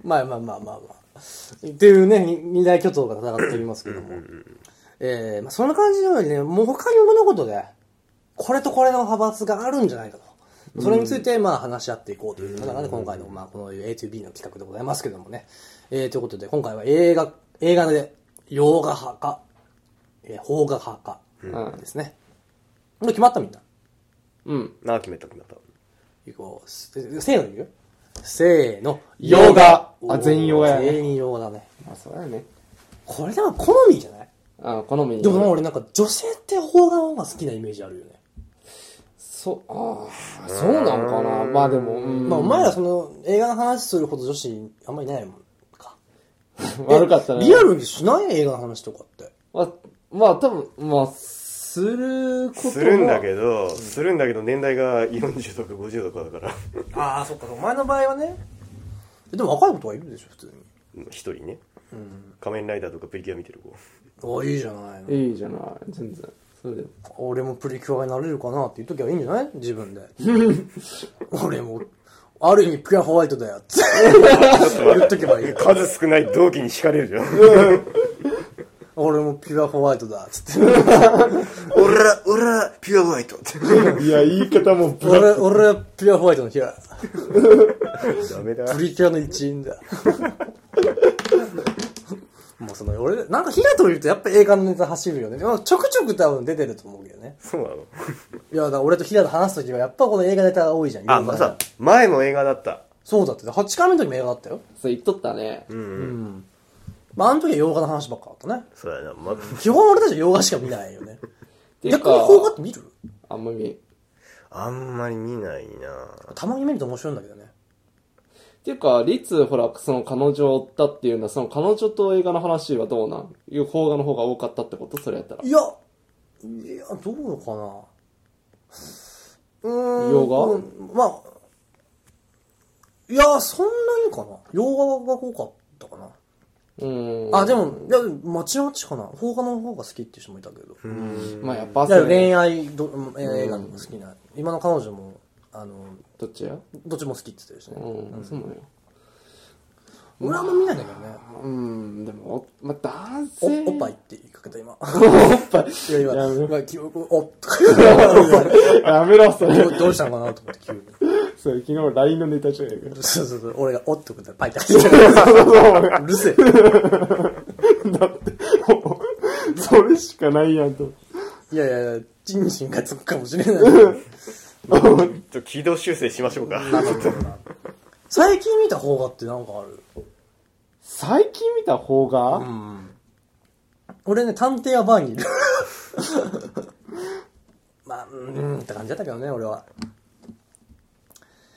Speaker 1: まあまあまあまあまあっていうね二二大巨頭が戦っておりますけどもえーまあ、そんな感じのようにねもう他に物事でこれとこれの派閥があるんじゃないかと。それについて、まあ、話し合っていこうという中で、今回の、まあ、この A to B の企画でございますけどもね。えー、ということで、今回は映画、映画で、洋画派か、えー、邦画派か、ですね。もう決まったみんな。
Speaker 3: [LAUGHS] うん
Speaker 2: なあ、決めた決めた。
Speaker 1: いこう、せせーのでいくよ。せーの、
Speaker 3: 洋画
Speaker 1: おー
Speaker 3: あ全員洋画やね
Speaker 1: 全員洋画だね。
Speaker 3: まあそうだよね
Speaker 1: これでも好みじゃない
Speaker 3: あ好み
Speaker 1: でもなんか俺なんか女性って邦画の方が好きなイメージあるよね。
Speaker 3: そうああそうなんかなまあでも、うん
Speaker 1: まあお前らその映画の話するほど女子あんまりいないもんか。
Speaker 3: 悪かったね
Speaker 1: えリアルにしない映画の話とかって。
Speaker 3: まあ、まあ多分まあすることも
Speaker 2: するんだけど、するんだけど、年代が40とか50とかだから、
Speaker 1: ああ、そっか、お前の場合はね。でも若い子とかいるでしょ、普通に。
Speaker 2: うん一人ね。仮面ライダーとかプリキュア見てる子。
Speaker 1: ああ、いいじゃないの。
Speaker 3: いいじゃない全然それでも
Speaker 1: 俺もプリキュアになれるかなっていう時はいいんじゃない自分 [LAUGHS] で。俺も、ある意味プラホワイトだよって言っとけばいいよ。
Speaker 2: 数少ない同期に惹かれるじゃん。
Speaker 1: 俺もピュアホワイトだっつって。
Speaker 2: 俺ら、俺ら、ピュアホワイトって。
Speaker 3: いや、言い方もブ
Speaker 1: 俺、俺はピュアホワイトのヒラ。
Speaker 2: ダメだ。
Speaker 1: プリキュアの一員だ。 [LAUGHS] もうその、俺、なんかヒラといるとやっぱ映画のネタ走るよね。まあ、ちょくちょく多分出てると思うけどね。
Speaker 2: そうなの
Speaker 1: いや、だから俺とヒラと話すときはやっぱこの映画ネタが多いじゃん。
Speaker 2: あ、まあさ、前も映画だった。
Speaker 1: そうだって。8回目の時も映画だったよ。
Speaker 3: そう言っとったね。
Speaker 1: まあ、あの時は洋画の話ばっかだったね。
Speaker 2: そうやな、ま、
Speaker 1: 基本俺たちは洋画しか見ないよね。
Speaker 3: て
Speaker 1: 逆
Speaker 3: か
Speaker 1: に邦画って見る
Speaker 3: あんまり。
Speaker 2: あんまり見ないな
Speaker 1: たまに見ると面白いんだけどね。
Speaker 3: ていうか、リツ、ほら、その彼女だっていうのは、その彼女と映画の話はどうなんいう邦画の方が多かったってことそれやったら。
Speaker 1: いや、いや、どうかな。うーん。
Speaker 3: 洋画
Speaker 1: うんまあ、いや、そんなにかな。洋画が多かったかな。
Speaker 3: うん。
Speaker 1: あ、でも、いや、まちまちかな。邦画の方が好きっていう人もいたけど。
Speaker 3: まあやっぱ
Speaker 1: いや
Speaker 3: それ、
Speaker 1: 恋愛ど、えー映画の方が好きな。今の彼女も、あの、
Speaker 3: どっちや
Speaker 1: どっちも好きって言ってるしね。
Speaker 3: うん、そうなのよ。
Speaker 1: 俺はあんま見ないんだけどね。
Speaker 3: うん、でも、おまあ、男
Speaker 1: お
Speaker 3: 性。
Speaker 1: おっぱいっ。て言いかけた今。おっぱい。いや今、まあ、記憶、おっとか
Speaker 3: [LAUGHS] [LAUGHS] やめろ、そ
Speaker 1: 言
Speaker 3: れ。
Speaker 1: うどうしたのかなと思って急に。
Speaker 3: それ、昨日 LINE のネタじゃね [LAUGHS] えか。
Speaker 1: そうそうそう。俺がおっとか言ったらパイって入って。うるせえ。
Speaker 3: だって、もうそれしかないやんと。
Speaker 1: いやいやいや、チンチンがつくかもしれない。
Speaker 2: ちょっと軌道修正しましょうか。
Speaker 1: 最近見た方がってなんかある。
Speaker 3: 最近見た方が、
Speaker 1: 俺ね、探偵はバーにいる。まあ、うーんって感じだったけどね、俺は。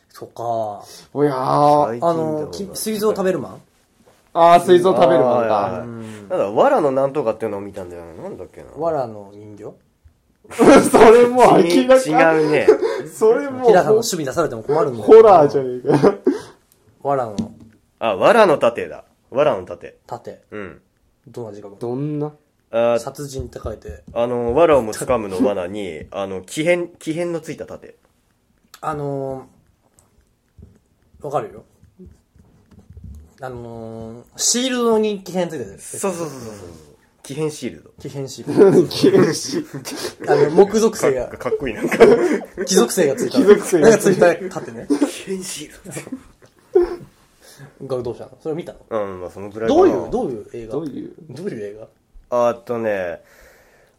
Speaker 1: そっか。
Speaker 3: おやー。
Speaker 1: あの、き水蔵食べるマン
Speaker 3: あー、水槽食べるもん
Speaker 2: あーはい
Speaker 3: か
Speaker 2: はい。なんだ、わらのなんとかっていうのを見たんだよな。なんだっけな。
Speaker 1: わらの人形
Speaker 3: [LAUGHS] それもう
Speaker 2: 違
Speaker 3: 明らか。
Speaker 2: うね。
Speaker 3: それも
Speaker 1: 平さんの
Speaker 3: う、
Speaker 1: 趣味出されても困るんだよ
Speaker 3: ホラーじゃねえか。
Speaker 1: わらの
Speaker 2: あ、わらの盾だ。わらの盾。
Speaker 1: 盾。
Speaker 2: うん。
Speaker 1: どんな字書くの
Speaker 3: ど [LAUGHS] んな
Speaker 2: あー
Speaker 1: 殺人って書いて。
Speaker 2: あの、わらをも掴むの罠に、あの、奇変、奇変のついた盾。
Speaker 1: あのー、わかるよ。あのー、シールドに奇変ついてる。
Speaker 2: そうそうそうそうそう。奇変シール
Speaker 1: 奇変シールド。あの、木属性
Speaker 2: ド。
Speaker 1: が
Speaker 2: か、かっこいいなんか。
Speaker 1: 木属性がついた。
Speaker 3: 木属性
Speaker 1: が
Speaker 3: が
Speaker 1: ついた盾ね。
Speaker 2: 奇変シール
Speaker 1: がどうしたのそれ見たの
Speaker 2: ド。うん、まあそのぐらいか
Speaker 1: ど
Speaker 2: な
Speaker 1: ういう、どういう映画
Speaker 3: どういう
Speaker 1: どういう映画
Speaker 2: あーっとね、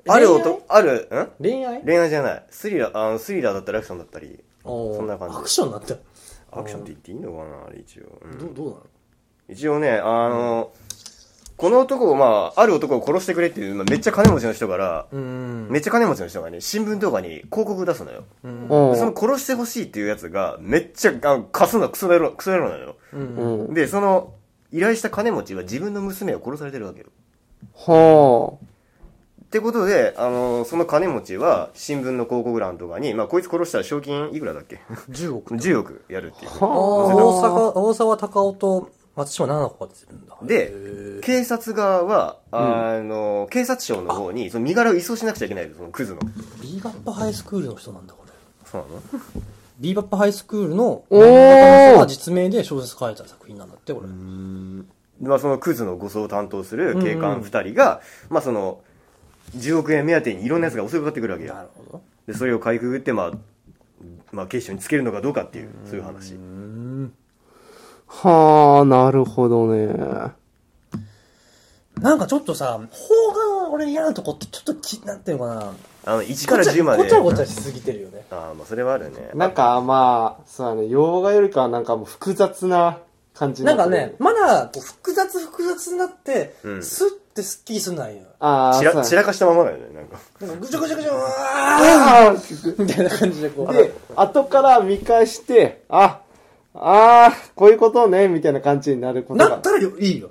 Speaker 2: ある
Speaker 1: 恋
Speaker 2: 音
Speaker 1: 愛、
Speaker 2: ある、ん
Speaker 1: 恋愛
Speaker 2: 恋愛じゃない。スリラー、あの、スリラーだったらアクションだったり。
Speaker 1: そ
Speaker 2: そんな感じ
Speaker 1: アクションになってる
Speaker 2: アクションって言っていいのかなあれ一応。うん
Speaker 1: どう、どうなの
Speaker 2: 一応ね、あの、この男を、まあ、ある男を殺してくれっていう、まあ、めっちゃ金持ちの人から、
Speaker 1: うん。
Speaker 2: めっちゃ金持ちの人がね、新聞とかに広告出すのよ。
Speaker 3: うん。
Speaker 2: その殺してほしいっていうやつが、めっちゃ、あ貸すのクソ野郎、クソ野郎なのよ。
Speaker 3: うん。
Speaker 2: で、その、依頼した金持ちは自分の娘を殺されてるわけよ。
Speaker 3: は
Speaker 2: ってことで、あの、その金持ちは、新聞の広告欄とかに、まあ、こいつ殺したら賞金いくらだっけ
Speaker 1: 10億。
Speaker 2: ?10 億やるっていう。
Speaker 3: あ。はあ。
Speaker 1: 大阪、大沢たかおと松島奈々子が出てるんだ。
Speaker 2: で、警察側は、あの、警察庁の方に、その身柄を移送しなくちゃいけないのそのクズの。
Speaker 1: ビーバップハイスクールの人なんだ、これ。
Speaker 2: そうなの
Speaker 1: ビーバップハイスクールの、
Speaker 3: おー
Speaker 1: が実名で小説書いた作品なんだって、これ。
Speaker 2: まあ、そのクズの護送を担当する警官二人が、まあ、その、10億円目当てにいろんな奴が襲いかかってくるわけよ
Speaker 1: な。るほど。
Speaker 2: で、それをかいくぐって、まあ、まあ、警視庁につけるのかどうかっていう、そういう話。
Speaker 3: はあ、なるほどね。
Speaker 1: なんかちょっとさ、邦画の俺嫌なとこってちょっとき、なんていうのかな。
Speaker 2: あの、1から10まで。
Speaker 1: ごちゃごちゃしすぎてるよね。
Speaker 2: ああ、まあ、それはあるね。
Speaker 3: なんか、まあ、そうだね、洋画よりかはなんかもう複雑な感じに
Speaker 1: なん
Speaker 3: って
Speaker 1: か
Speaker 3: る
Speaker 1: ね、、まだこう複雑複雑になって、
Speaker 2: うん
Speaker 1: スッてスッキリすんないよ。
Speaker 3: ああ、
Speaker 2: 散ら、散
Speaker 3: ら、
Speaker 2: らかしたままだよね、なんか。
Speaker 1: なんかぐちゃぐちゃぐちゃ、うわ
Speaker 3: あ
Speaker 1: ーみたいな感じでこ
Speaker 3: あ
Speaker 1: う。
Speaker 3: で、後から見返して、あ、ああ、こういうことね、みたいな感じになること
Speaker 1: な
Speaker 3: が
Speaker 1: っ。たらよいいよ。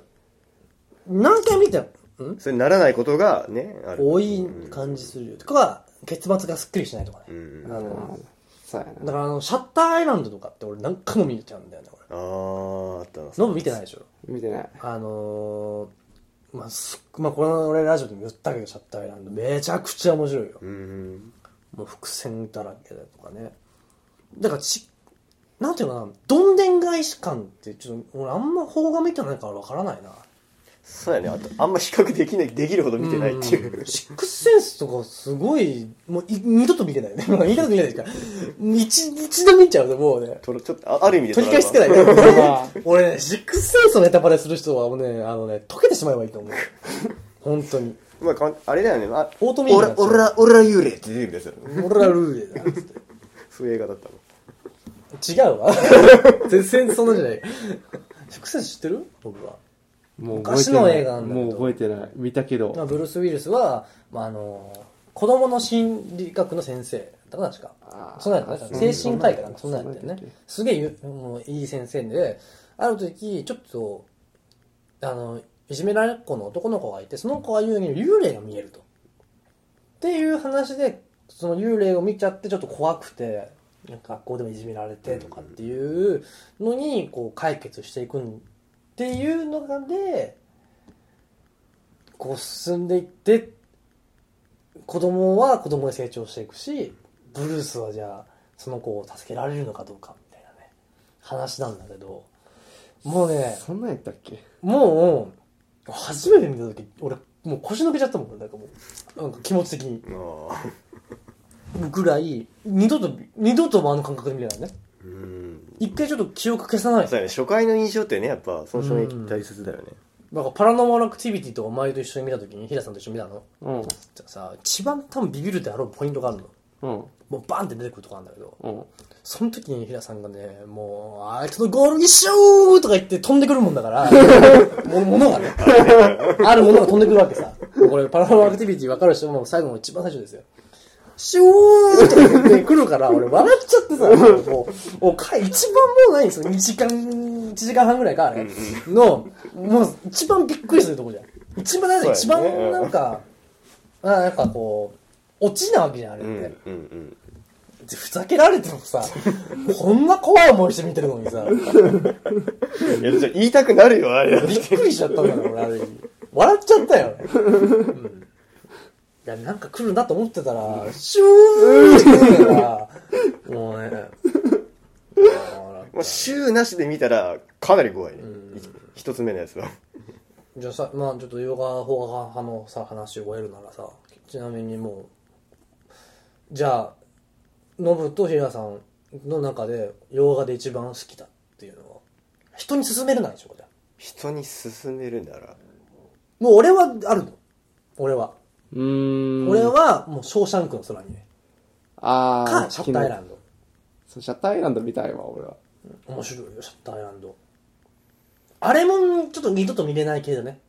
Speaker 1: 何回見ても、ん
Speaker 2: それならないことがね、ある。
Speaker 1: 多い感じするよ。とか、結末がスッキリしないとかね。
Speaker 2: うん。
Speaker 1: あの
Speaker 3: そうやな。
Speaker 1: だからあの、シャッターアイランドとかって俺何回も見ちゃうんだよね、これ。
Speaker 2: ああ、あったな。
Speaker 1: ノブ見てないでしょ。
Speaker 3: 見てない。
Speaker 1: あのー、まあ、すっまあ、この俺ラジオでも言ったけど、シャッターアイランド。めちゃくちゃ面白いよ。
Speaker 2: うん。
Speaker 1: もう伏線だらけだとかね。だからち、なんていうのかな、どんでん返し感って、ちょっと俺あんま邦画見てないからわからないな。
Speaker 2: そうやね。あと、あんま比較できない、できるほど見てないっていう。
Speaker 1: シックスセンスとかすごい、もうい二度と見れないね。 [LAUGHS] もう二度と見れないですから。一、一度見ちゃうともうね、
Speaker 2: とろちょっと、あある意味で。
Speaker 1: 取り返しつけないいね。
Speaker 3: まあ
Speaker 1: 俺ね、シックスセンスのネタバレする人はもうね、あのね、溶けてしまえばいいと思う。本当に。
Speaker 2: まあかん、あれだよね。あ、
Speaker 1: オートミールのやつ
Speaker 2: 俺ら、俺ら幽霊って出てくるやつだよね。
Speaker 1: 俺らルールだっつって。
Speaker 2: そういう映画だったの。
Speaker 1: 違う [LAUGHS] わ。全然そんなじゃない。シックスセンス知ってる僕は。
Speaker 3: もう
Speaker 1: 昔の映画なんだけど
Speaker 3: もう覚えてない。見たけ
Speaker 1: まあ、
Speaker 3: ど。
Speaker 1: ブルース・ウィルスは、まあ、あの子供の心理学の先生だったか
Speaker 3: あ
Speaker 1: 確か
Speaker 3: ー
Speaker 1: そんなんやったね精神科医かなんかそ
Speaker 3: そ
Speaker 1: ん
Speaker 3: ん
Speaker 1: な
Speaker 3: なんん
Speaker 1: や
Speaker 3: や
Speaker 1: っ
Speaker 3: ったた
Speaker 1: よねすげえゆもういい先生である時ちょっとあのいじめられっ子の男の子がいてその子が言うに幽霊が見えるとっていう話でその幽霊を見ちゃってちょっと怖くてなんか学校でもいじめられてとかっていうのにこう解決していくんっていうのがでこう進んでいって子供は子供で成長していくしブルースはじゃあその子を助けられるのかどうかみたいなね話なんだけど
Speaker 5: もうね、
Speaker 3: そんなんやったっけ
Speaker 5: もう、
Speaker 1: 初めて見た時、俺、もう腰抜けちゃったもん、なんかもう。なんか気持ち的に。
Speaker 2: ああ。
Speaker 1: ぐらい、二度と、二度ともあの感覚で見れないね。
Speaker 2: うん。
Speaker 1: 一回ちょっと記憶消さない
Speaker 2: そう。やね、初回の印象ってね、やっぱ、その衝撃大切だよね。
Speaker 1: なんかパラノーマルアクティビティとお前と一緒に見た時に、ヒラさんと一緒に見たの。
Speaker 3: うん。
Speaker 1: じゃあさ、一番多分ビビるであろうポイントがあるの。
Speaker 3: うん。
Speaker 1: もうバンって出てくるとこあるんだけど、
Speaker 3: うん。そ
Speaker 1: その時に平さんがね、もう、あいつのゴールにしようとか言って飛んでくるもんだ
Speaker 2: [LAUGHS]
Speaker 1: から、も物がね、あるものが飛んでくるわけさ。これ、パラノーマルアクティビティ分かる人も最後の一番最初ですよ。シューとか言ってくるから、俺笑っちゃってさ、もう、もうか一番もうないんですよ。2時間、1時間半ぐらいか、あれ。の、もう一番びっくりするとこじゃん。一番なんか一
Speaker 2: そうやね
Speaker 1: 番なんか、あなんかこう、落ちなわけじゃん、あれっ
Speaker 2: う
Speaker 1: て。
Speaker 2: ん、うん、うん。
Speaker 1: ふざけられてもさ、 [LAUGHS] こんな怖い思いして見てるのにさ、
Speaker 2: いや、ちょ言いたくなるよ、あれ。
Speaker 1: びっくりしちゃったんだから、俺あれに。笑っちゃったよ。うんいや、なんか来るなと思ってたら、シューって来るから、もうね。
Speaker 2: まあ、週なしで見たら、かなり怖いね。い一つ目のやつは。
Speaker 1: じゃあさ、まあちょっとヨガ法派のさ、話を終えるならさ、ちなみにもう、じゃあ、ノブとヒラさんの中で、洋画で一番好きだっていうのは、人に勧めるなんでしょうか、じゃあ
Speaker 2: 人に勧めるなら。
Speaker 1: もう俺はあるの。俺は。
Speaker 3: うーん。
Speaker 1: 俺はもうショーシャンクの空にね。
Speaker 3: あー
Speaker 1: か、シャッターアイランド。
Speaker 3: そうシャッターアイランド見たいわ、俺は。
Speaker 1: 面白いよ、シャッターアイランド。あれもちょっと二度と見れない系だね。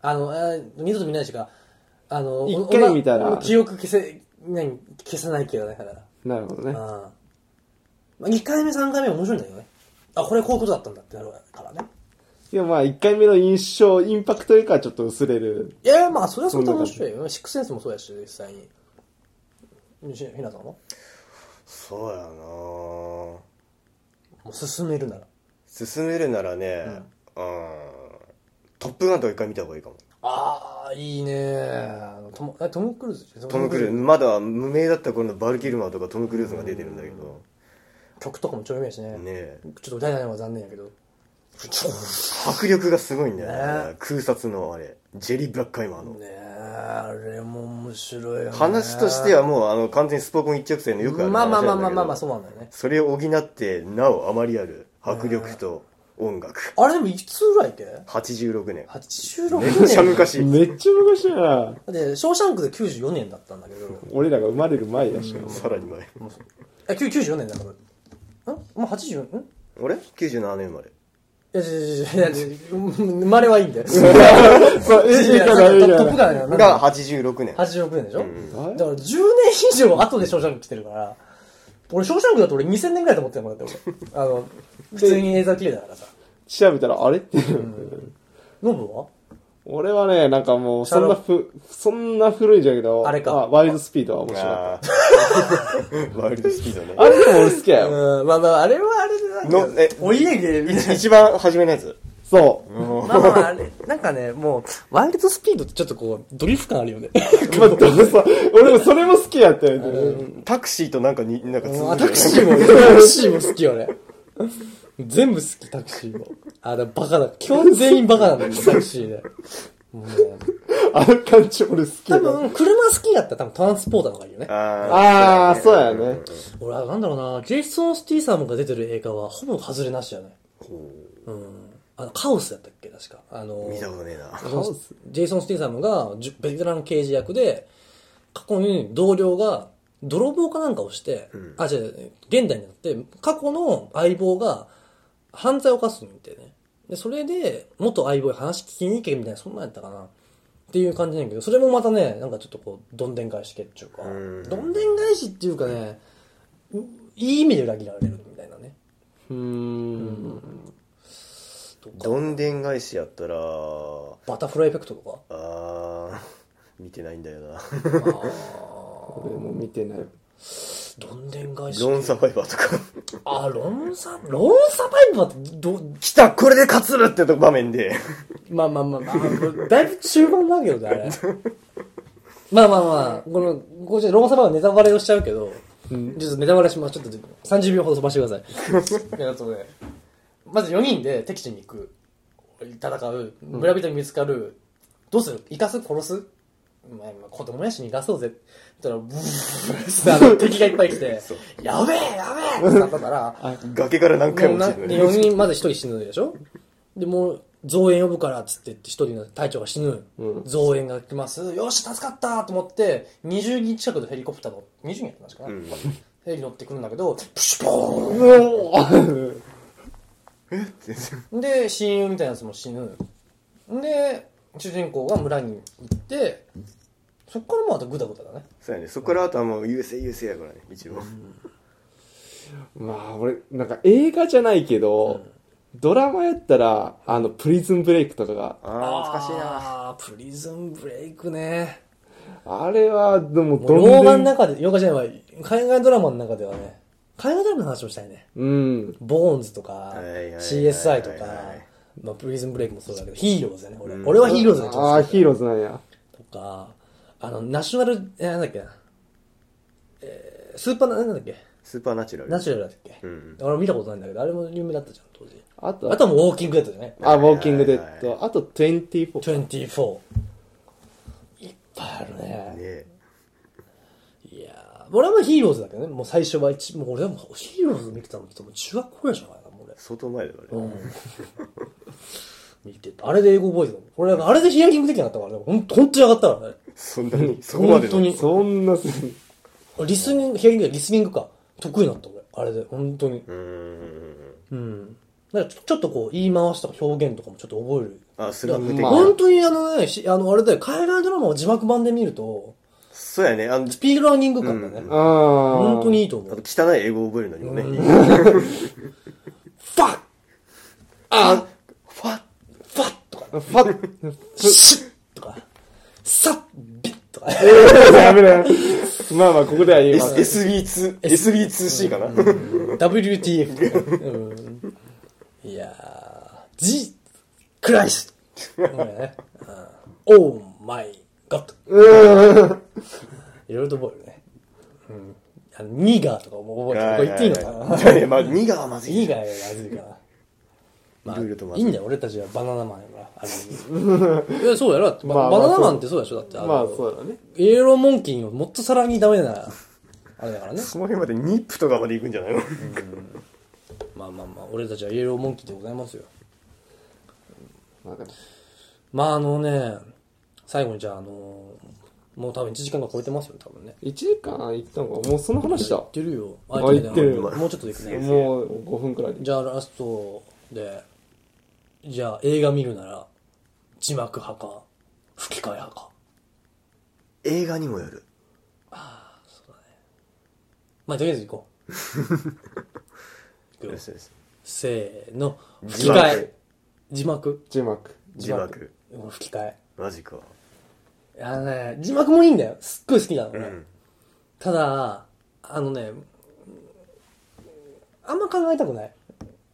Speaker 1: あの、えー二度と見れないしか、あの、
Speaker 3: 一回見たら
Speaker 1: おお記憶消せ、何、消さない系だね、だから。
Speaker 3: なるほどね。
Speaker 1: あまあ、2回目、3回目は面白いんだけどね。あ、これこういうことだったんだってなるからね。
Speaker 3: でもまあ、1回目の印象、インパクトよりかはちょっと薄れる。
Speaker 1: いやいや、まあ、それはそれで面白いよ。シックスセンスもそうやし、実際に。ひひなさんはも
Speaker 2: そうやなぁ
Speaker 1: う進めるなら。
Speaker 2: 勧めるならね、うん、トップガンとか一回見た方がいいかも。
Speaker 1: ああ、いいねートム、あトム・クルーズでしょ
Speaker 2: トム・クルーズ、まだ無名だった頃のバルキルマーとかトム・クルーズが出てるんだけど、
Speaker 1: 曲とかも超有名やしね。
Speaker 2: ねえ
Speaker 1: ちょっと歌えないのは残念やけど。ちょ
Speaker 2: 迫力がすごいんだよね。
Speaker 1: ね
Speaker 2: 空撮のあれ、ジェリー・ブラックアイマーの。
Speaker 1: ねえ、あれも面白いよね。
Speaker 2: 話としてはもうあの完全にスポコン一直線のよくある
Speaker 1: まあまあまあまあまあまあ、そ
Speaker 2: そ
Speaker 1: うなんだよね。
Speaker 2: それを補って、なおあまりある迫力と音楽。
Speaker 1: あれでもいつぐらいっけ
Speaker 2: 86年。
Speaker 1: ?86
Speaker 2: め
Speaker 1: 年。
Speaker 2: っちゃ昔。
Speaker 3: めっちゃ昔やな。
Speaker 1: で、ショーシャンクで94年だったんだけど、
Speaker 2: [LAUGHS]
Speaker 3: 俺らが生まれる前やしかも。
Speaker 2: さらに前。
Speaker 1: あ、きゅ94年だから。んもう 80? ん
Speaker 2: 俺 ?97 年生まれ。
Speaker 1: いや、いやいやいやいや、 [LAUGHS] 生まれはいいんだよ。
Speaker 3: そう、え
Speaker 1: [LAUGHS]
Speaker 3: えから、ええ
Speaker 1: ト
Speaker 3: か
Speaker 1: ップ
Speaker 3: ら。
Speaker 1: ガンやな
Speaker 2: が86年。
Speaker 1: 86年でしょ、
Speaker 3: はい
Speaker 1: だから10年以上後でショーシャンク来てるから、俺、ショーシャンクだと俺2000年ぐらいと思ってたもんだって俺。あの、普通に映像綺麗だからさ。
Speaker 3: 調べたら、あれって。
Speaker 1: ノブは
Speaker 3: 俺はね、なんかもう、そんなふ、そんな古いんじゃけど、
Speaker 1: あれか
Speaker 3: まワイルドスピードは面白かっ
Speaker 2: あーワイルドスピードね
Speaker 3: た。。あれでも俺好きやよ。
Speaker 1: うん、まあまあ、あれはあれでなんか、
Speaker 2: の、え、
Speaker 1: お家芸みた
Speaker 2: [LAUGHS]
Speaker 1: い
Speaker 2: 一番初めのやつ。
Speaker 3: そう。
Speaker 1: な。まあまあ、あれ、なんかね、もう、ワイルドスピードってちょっとこう、ドリフ感あるよね。
Speaker 3: まあ、どうぞ俺もそれも好きやったよね。
Speaker 2: タクシーとなんかに、なんか
Speaker 1: [LAUGHS] あ、
Speaker 2: 続
Speaker 1: タ
Speaker 2: く
Speaker 1: クシーも、タクシーも好きよね。全部好き、タクシーも。あ、だからバカだ。基本全員バカなんだよ、タクシーで。もうね、
Speaker 3: あの感じ俺好き
Speaker 1: 多
Speaker 3: やな。
Speaker 1: 分、車好きだったら多分トランスポーターの方がいいよね。
Speaker 2: あ
Speaker 3: あー、そうやね。
Speaker 1: 俺はなんだろうなジェイソン・スティーサムが出てる映画はほぼ外れなしやねうんあのカオスやったっけ確かあの
Speaker 2: ー見たことねえな。
Speaker 1: ジェイソンジェイソン・スティーサムがじゅベテラン刑事役で過去に同僚が泥棒かなんかをして、あ違う現代になって過去の相棒が犯罪を犯すんだよねでそれで元相棒に話聞きに行けみたいなそんなんやったかなっていう感じなんやけどそれもまたねなんかちょっとこうどんでん返し系っていうか
Speaker 2: ん
Speaker 1: どんでん返しっていうかねういい意味で裏切られるみたいなね
Speaker 3: うーん。
Speaker 2: どんでん返しやったら、
Speaker 1: バタフライエフェクトとか
Speaker 2: あー、見てないんだよな。
Speaker 3: 俺も見てない。
Speaker 1: どんでん返し
Speaker 2: ローンサバイバーとか。
Speaker 1: あロンサロンサバイバーってど
Speaker 2: 来たこれで勝つるってとこ場面で。
Speaker 1: まあまあまあまあ、だいぶ中盤だけどね、あれ。まあまあまあ、この、こちら、ローンサバはネタバレをしちゃうけど、ちょっとネタバレします。ちょっと30秒ほど飛ばしてください。えっとね、まず4人で敵地に行く。戦う。村人に見つかる。どうする生かす殺すまあ、まあ子供やしに生かそうぜ。って言ったら、ブーってあの敵がいっぱい来 [LAUGHS] て、やべえやべえってなったから、
Speaker 2: 崖から何回
Speaker 1: もう
Speaker 2: も
Speaker 1: な
Speaker 2: 落ちてる
Speaker 1: 4人まず1人死ぬでしょでもう増援呼ぶからっつって言って1人の隊長が死ぬ、増援が来ますよし助かったと思って20人近くのヘリコプターの20人やったんですかね、
Speaker 2: ん
Speaker 1: ヘリ乗ってくるんだけどプシュポーンで親友みたいなやつも死ぬで主人公が村に行ってそっからまたグダグダだね
Speaker 2: そうやねそこからあとはもう USA USA やからね一応
Speaker 3: まあ俺、なんか映画じゃないけど、ドラマやったら、あの、プリズンブレイクとかが、
Speaker 2: ああ懐かしいな
Speaker 1: あープリズンブレイクね
Speaker 3: あれは、でも、
Speaker 1: も
Speaker 3: ど
Speaker 1: うん洋画の
Speaker 3: でん、
Speaker 1: 中で洋画じゃないわ海外ドラマの中ではね海外ドラマの話をしたいね
Speaker 3: うん。
Speaker 1: ボーンズとか、
Speaker 2: いはいはいはい
Speaker 1: CSI とか、まあ、プリズンブレイクもそうだけど、ヒーローズだね、俺。俺はヒーローズが一
Speaker 3: あ
Speaker 1: 番
Speaker 3: あ、
Speaker 1: 好き
Speaker 3: ヒーローズなんや。
Speaker 1: とか、あの、ナショナル、えーなんだっけな。えースーパーな、なんだっけ
Speaker 2: スーパーナチュラル
Speaker 1: ナチュラルだっけ、
Speaker 2: ん
Speaker 1: 俺見たことないんだけど、あれも有名だったじゃん、当時。
Speaker 3: あと
Speaker 1: あとはもうウォーキングデッドだね。
Speaker 3: あ、ウォーキングデッ
Speaker 2: は
Speaker 3: ド。あと、24。
Speaker 1: 24。いっぱいあるね。
Speaker 2: ね
Speaker 1: いやー俺はまあヒーローズだけどね、もう最初は一、もう俺はもうヒーローズ見てたのってもう中学校やじゃないかな、もう俺。
Speaker 2: 相当前だよあれ
Speaker 1: 見てた。あれで英語覚えてたもん。俺、あれでヒアリングできなかったからね。ほん、ほんとやがったからね。
Speaker 2: そんなにそこまで
Speaker 1: 本当に
Speaker 2: の
Speaker 3: そんなす、
Speaker 1: リスニング、ヒアリングリスニングか。得意になった、俺。あれで、本当に。
Speaker 2: うーん
Speaker 1: うん。だからちょ、ちょっとこう、言い回しとか表現とかもちょっと覚える。
Speaker 2: あスラム的
Speaker 3: まあ
Speaker 2: な
Speaker 1: 本当にあのね、しあの、あれだよ、海外ドラマを字幕版で見ると、
Speaker 2: そうやねあの
Speaker 1: スピードラーニング感だね。
Speaker 3: ああ。
Speaker 1: 本当にいいと思
Speaker 2: あ
Speaker 1: う。
Speaker 2: と汚い英語を覚えるのにもね
Speaker 1: ファッあファッファッとか、
Speaker 3: ファッ、
Speaker 1: シュッとか、サッビッとか。
Speaker 3: やめろよ。まあまあ、ここでは言い [LAUGHS] ます。
Speaker 2: SB2SB2C かな
Speaker 1: WTF、うん、いやー、ジクライスト、ねうん、オーマイガッド。いろいろと覚えるね。うん、あのニーガーとかも覚えてる。これ言っていいのかな
Speaker 2: はいはいまあ2がまずい
Speaker 1: ニーガーがまずいから。まあ、
Speaker 2: ルールとま
Speaker 1: い
Speaker 2: ずい
Speaker 1: いんだよ、俺たちはバナナマンやから。あのいやそうやろ、だってバ
Speaker 3: [LAUGHS] まあまあ
Speaker 1: バナナマンってそうでしょ、だって。あの
Speaker 3: まあ、そうだね。
Speaker 1: イエローモンキーのもっとさらにダメな、あれだからね。
Speaker 2: その辺までニップとかまで行くんじゃないの
Speaker 1: まあまあまあ、俺たちはイエローモンキーでございますよ。
Speaker 3: まあでも
Speaker 1: まああのね、最後にじゃああのもう多分1時間が超えてますよ、多分ね。
Speaker 3: 1時間行ったのか。もうその話だ
Speaker 1: 言っ。てるよ。
Speaker 3: あ
Speaker 1: あ
Speaker 3: 言ってる
Speaker 1: もうちょっとでいくね。
Speaker 3: もう5分くらいで。
Speaker 1: じゃあラストで、じゃあ映画見るなら、字幕派か、吹き替え派か。
Speaker 2: 映画にもよる
Speaker 1: まあとりあえず行こう。行くよ
Speaker 2: そうです
Speaker 1: せーの、吹き
Speaker 2: 字
Speaker 1: 替
Speaker 2: 幕
Speaker 1: え。字幕
Speaker 3: 字幕。
Speaker 2: 字幕
Speaker 1: 幕吹き替え。
Speaker 2: マジか
Speaker 1: あのね、字幕もいいんだよ。すっごい好きなのね。
Speaker 2: うん
Speaker 1: ただ、あのね、うんあんま考えたくない。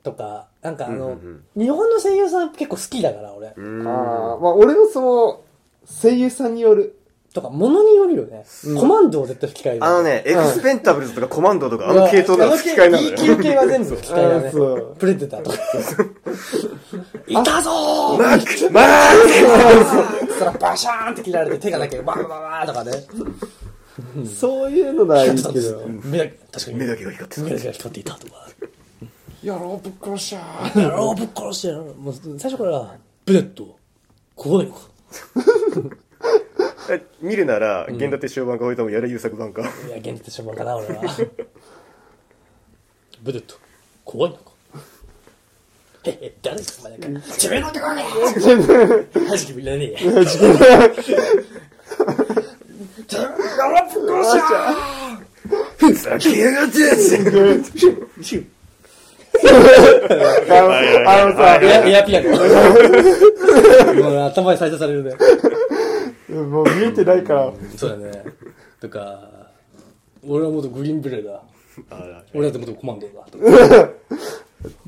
Speaker 1: とか、なんかあの、
Speaker 2: うんうん
Speaker 1: 日本の声優さん結構好きだから、俺。
Speaker 2: うー
Speaker 3: ああー、
Speaker 2: ん
Speaker 3: まあ俺のその、声優さんによる。
Speaker 1: とか、ものによるよね。コマンドを絶対吹き替える。
Speaker 2: あのね、エクスペンタブルズとかコマンドとか、あ
Speaker 1: うわ、
Speaker 2: の系統の吹き替えなの
Speaker 1: あの系 E
Speaker 2: よ。
Speaker 1: 級系は全部吹き替えだ
Speaker 3: あ
Speaker 1: ね。
Speaker 3: そう
Speaker 1: [LAUGHS] プレデターとか。いたぞー
Speaker 2: マークマー
Speaker 1: そしたらバシャーンって切られて手がだけバーバーバーとかね。
Speaker 3: そういうのならいいけど。
Speaker 1: 目だけ、確か
Speaker 2: ク
Speaker 1: に。
Speaker 2: 目だけが光って
Speaker 1: 目だけが光っていたとか。
Speaker 3: やろう、ぶっ殺しちゃー。
Speaker 1: やろう、ぶっ殺してやろう。もう最初から、ベネット、ここに行こう。
Speaker 2: た。え見るなら、源田鉄章版か、俺ともやる優作版か。
Speaker 1: いや、現実しまうかな、俺は。ブルット、怖いのか。へへ、誰がお前だか。自分のところではじき見らねえ。やろぶっ殺しちゃ
Speaker 2: ふざけやがって
Speaker 3: あのさ、
Speaker 1: エアエアピアノ。もう頭に再生されるね。
Speaker 3: もう見えてないから。
Speaker 1: そうだね。とか、俺は元グリーンブレーだ。
Speaker 2: あ
Speaker 1: 俺だって元コマンドだ。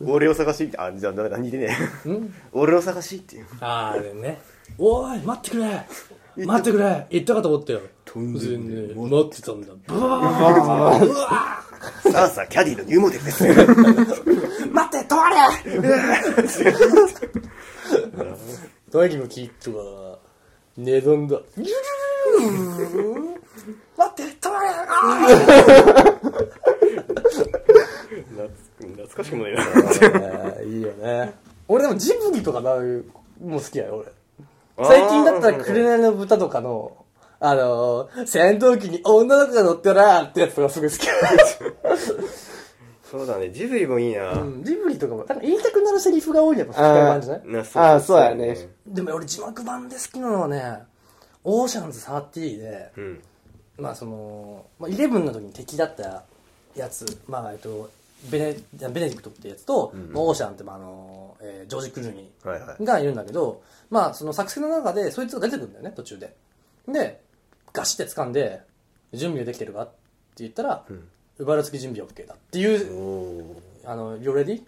Speaker 2: 俺を探しって、あ、じゃあ、なん似てねえ。俺を探しっていう。
Speaker 1: あーでね。おーい、待ってくれ待ってくれ言ったかと思ったよ。
Speaker 2: ん
Speaker 1: 全然ね、待ってたんだ。ブワーうわー
Speaker 2: アーサーキャディのニューモデルです。
Speaker 6: 待って、止まれ
Speaker 1: 大義のキットが、寝どんだ。
Speaker 6: 待って、止まれあ
Speaker 2: 懐懐かしくもないな。
Speaker 1: えーいいよね。俺でもジブリとかなる、もう好きやよ、俺。最近だったら、紅の豚とかの、あのー、戦闘機に女の子が乗ってらーってやつとかすごい好き。
Speaker 2: そうだね、ジブリもいいな。
Speaker 1: うんジブリとかも、なんか言いたくなるセリフが多いのやっぱ吹き替え版じゃない
Speaker 2: な
Speaker 3: あーそうやね。
Speaker 1: でも俺字幕版で好きなのはね、オーシャンズ30で、
Speaker 2: うん。
Speaker 1: まあその、まあ、11の時に敵だったやつ、まあえっと、ベネベネディクトってやつと、まあオーシャンって、まああのえージョージ・クルーニー
Speaker 2: はいはい。
Speaker 1: がいるんだけど、まあその作戦の中でそいつが出てくるんだよね、途中で。で、ガシって掴んで、準備ができてるかって言ったら、奪われつき準備 OK だっていう
Speaker 2: お
Speaker 1: あの、You're ready?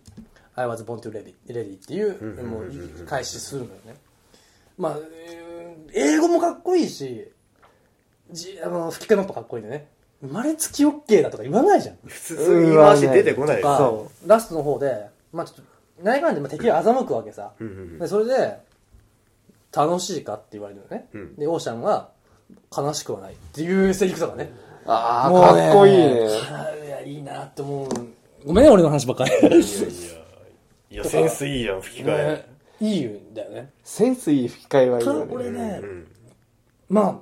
Speaker 1: I was born to ready, ready っていう、もう、開始するのよね。まあ、えー英語もかっこいいし、じあの吹き替えもやっぱかっこいいんでね。生まれつき OK だとか言わないじゃん。
Speaker 2: 普通言い回し出てこない
Speaker 1: まあ
Speaker 2: よ。
Speaker 1: ラストの方で、まあちょっと、何やかんやでまあ敵が欺くわけさ。
Speaker 2: うんうん
Speaker 1: でそれで、楽しいかって言われるのね。
Speaker 2: うん
Speaker 1: で、オーシャンは、悲しくはないっていうセリフとかね。
Speaker 3: ああ、
Speaker 1: もうね
Speaker 3: かっこいいね。
Speaker 1: いや、いいなって思う。ごめんね、俺の話ばっかり。
Speaker 2: いや、センスいいじゃん、吹き替え。
Speaker 1: いいんだよね。
Speaker 3: センスいい吹き替えはいい
Speaker 1: ただ
Speaker 3: よね。
Speaker 1: 俺ね、
Speaker 2: ん
Speaker 1: まあ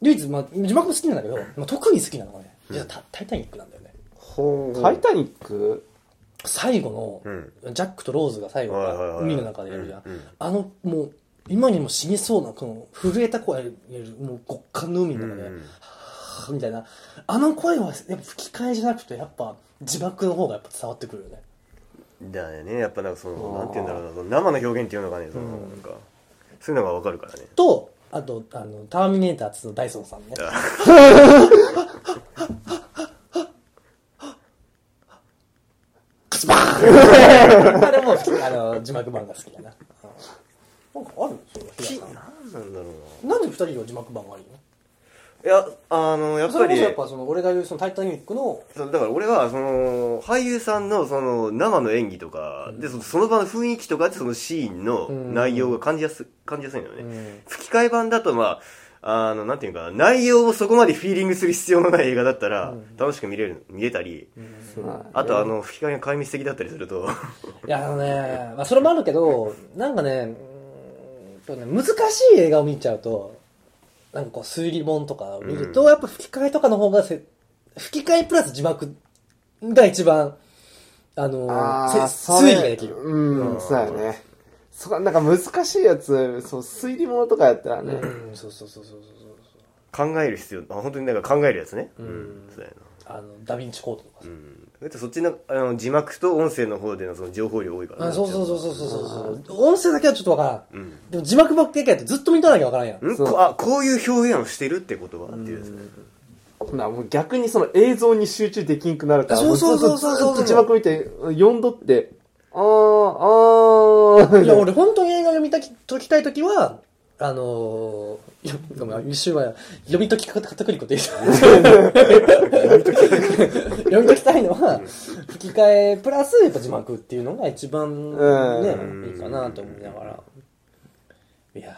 Speaker 1: 唯一、まあ、字幕も好きなんだけど、まあ、特に好きなのがね、実はタタイタニックなんだよね
Speaker 2: ほ
Speaker 3: タイタニック
Speaker 1: 最後の、ジャックとローズが最後
Speaker 2: はいはいはい
Speaker 1: 海の中でやるじゃん、
Speaker 2: うんうん
Speaker 1: あのもう今にも死にそうなこの震えた声やるもう極寒の海の中で、
Speaker 2: うんうん
Speaker 1: はぁみたいなあの声はやっぱ吹き替えじゃなくてやっぱ字幕の方がやっぱ伝わってくるよね
Speaker 2: だよね、やっぱなんかその、なんて言うんだろうな、その生の表現っていうのがね、その、なんか、そういうのがわかるからね。
Speaker 1: とあとあのターミネーター2のダイソンさんねカチバーンあれもあの字幕版が好きだなうんなんかあるそれ
Speaker 2: なんなんだろう
Speaker 1: なんで二人は字幕版があるの
Speaker 2: な。いや、あの、やっ
Speaker 1: それ
Speaker 2: ぱ
Speaker 1: こ
Speaker 2: り
Speaker 1: そ、やっぱその俺が言うそのタイタニックの
Speaker 2: そうだから俺は、その、俳優さんの、その、生の演技とか、で、そのその場の雰囲気とかで、そのシーンの内容が感じやす、感じやすいのよね。吹き替え版だと、まあ、あの、なんていうかな、内容をそこまでフィーリングする必要のない映画だったら、楽しく見れる、見れたり、あと、あの、吹き替えが壊滅的だったりす
Speaker 1: [LAUGHS]
Speaker 2: ると、
Speaker 1: いやあのね、まあ、それもあるけどなんかねうーんとね難しい映画を見ちゃうとなんかこう推理本とかを見ると、やっぱ吹き替えとかの方がせ吹き替えプラス字幕が一番あの
Speaker 3: ああ、
Speaker 1: せ
Speaker 3: そ
Speaker 1: 推理
Speaker 3: れ
Speaker 1: ができる
Speaker 3: うん、そうやね。そこ、なんか難しいやつ、そう、推理物とかやったらね。
Speaker 1: うんそうそうそうそうそう
Speaker 2: 考える必要、あ、本当になんか考えるやつね。うん。そうやな。
Speaker 1: あのダヴィンチコードとかさ、
Speaker 2: だってそっちの、あの、字幕と音声の方でのその情報量多いから
Speaker 1: あ
Speaker 2: ね。
Speaker 1: そうそうそうそうそうそう音声だけはちょっとわからん、
Speaker 2: ん
Speaker 1: でも字幕ばっかりやとずっと見とかなきゃわからんやん
Speaker 2: んこあ、こういう表現をしてるってことはっていうですね。
Speaker 3: なもう逆にその映像に集中できんくなるから、
Speaker 1: そうそうそうそう
Speaker 3: もずっとずっと字幕見て、読んどって、あー、あー、
Speaker 1: いや、俺本当に映画読みたき、解きたいときは、あのー、よごめん、一瞬は、読み解き片栗粉って言う読み解きたいのは、吹き替えプラス、やっぱ字幕っていうのが一番ね、
Speaker 3: う
Speaker 1: いいかなと思いながら。いやー。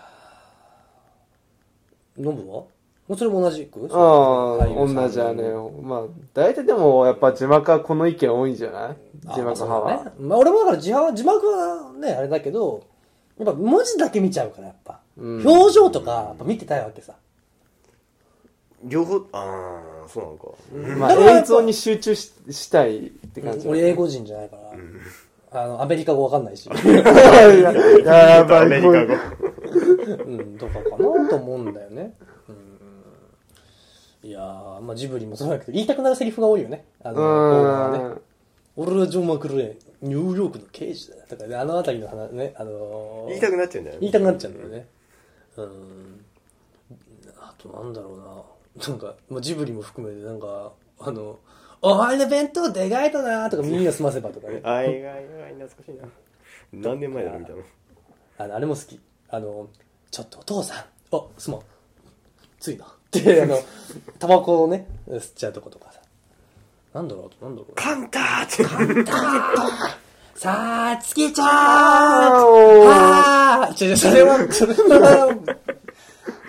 Speaker 1: ノブはもうそれも同じく
Speaker 3: あー、同じやね。。まあ、大体でも、やっぱ字幕はこの意見多いんじゃない字
Speaker 1: あ
Speaker 3: 幕派
Speaker 1: そうだね
Speaker 3: は。。
Speaker 1: まあ俺もだから字幕字幕はね、あれだけど、やっぱ文字だけ見ちゃうから、やっぱ。
Speaker 3: うん
Speaker 1: 表情とか、やっぱ見てたいわけさ。
Speaker 2: 両方、ああ、そうなのか。
Speaker 3: まあ、
Speaker 1: だからやっ
Speaker 3: 映
Speaker 1: ぱ
Speaker 3: 像に集中ししたいって感 [LAUGHS] じ。
Speaker 1: 俺英語人じゃないから、あの、アメリカ語わかん
Speaker 2: [LAUGHS]
Speaker 1: ないし、
Speaker 3: いやいやいや、やっぱ
Speaker 2: ア
Speaker 3: り
Speaker 2: メリ
Speaker 3: こう
Speaker 2: カ語。
Speaker 1: うん、とかかなと思うんだよね。うん、いやー、まあジブリもそうだけど、言いたくなるセリフが多いよね。あの、オーナーがね
Speaker 3: う
Speaker 1: 俺はジョン・マクルーレン、ニューヨークの刑事だとかね、あのあたりの話ね、あのー
Speaker 2: 言いたくなっちゃうんだよ
Speaker 1: 言いたくなっちゃうんだよね。うん。あとなんだろうな。なんか、まあ、ジブリも含めて、なんか、あの、お前の弁当でかいとなとか耳を澄ませばとかね。
Speaker 2: あいがいがい、懐かしいな。何年前だろうみたいな。
Speaker 1: あの、あれも好き。あの、ちょっとお父さん、あ、すまん。ついな。って、あの、タバコをね、吸っちゃうとことかさ。なんだろうあとなんだろう
Speaker 2: カンターって。カンタ
Speaker 1: さあ、つきちゃーん
Speaker 3: お
Speaker 1: あーちょ、ちょそれは、それは、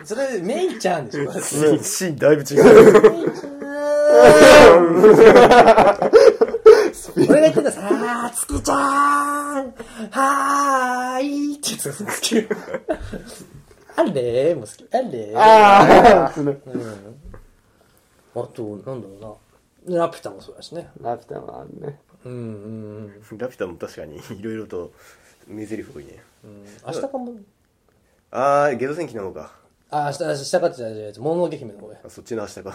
Speaker 1: それ、メイちゃんでしょ
Speaker 2: ー [LAUGHS] シーンだいぶ違う。
Speaker 1: 俺が言ってたさあ、つきちゃーんはーいってやつが好き。あれも好き。あれあ
Speaker 3: ああ
Speaker 1: と、なんだろうな。ラピュタもそうだしね。
Speaker 3: ラピュタもあるね。
Speaker 1: うんうんうん。
Speaker 2: ラピュタも確かに、いろいろと、目台詞多いね。
Speaker 1: 明日かも、
Speaker 2: あー、ゲド戦記の方か。
Speaker 1: あ、明日、明日かって言ったら、もののけ姫の方や。
Speaker 2: あそっちの明日か。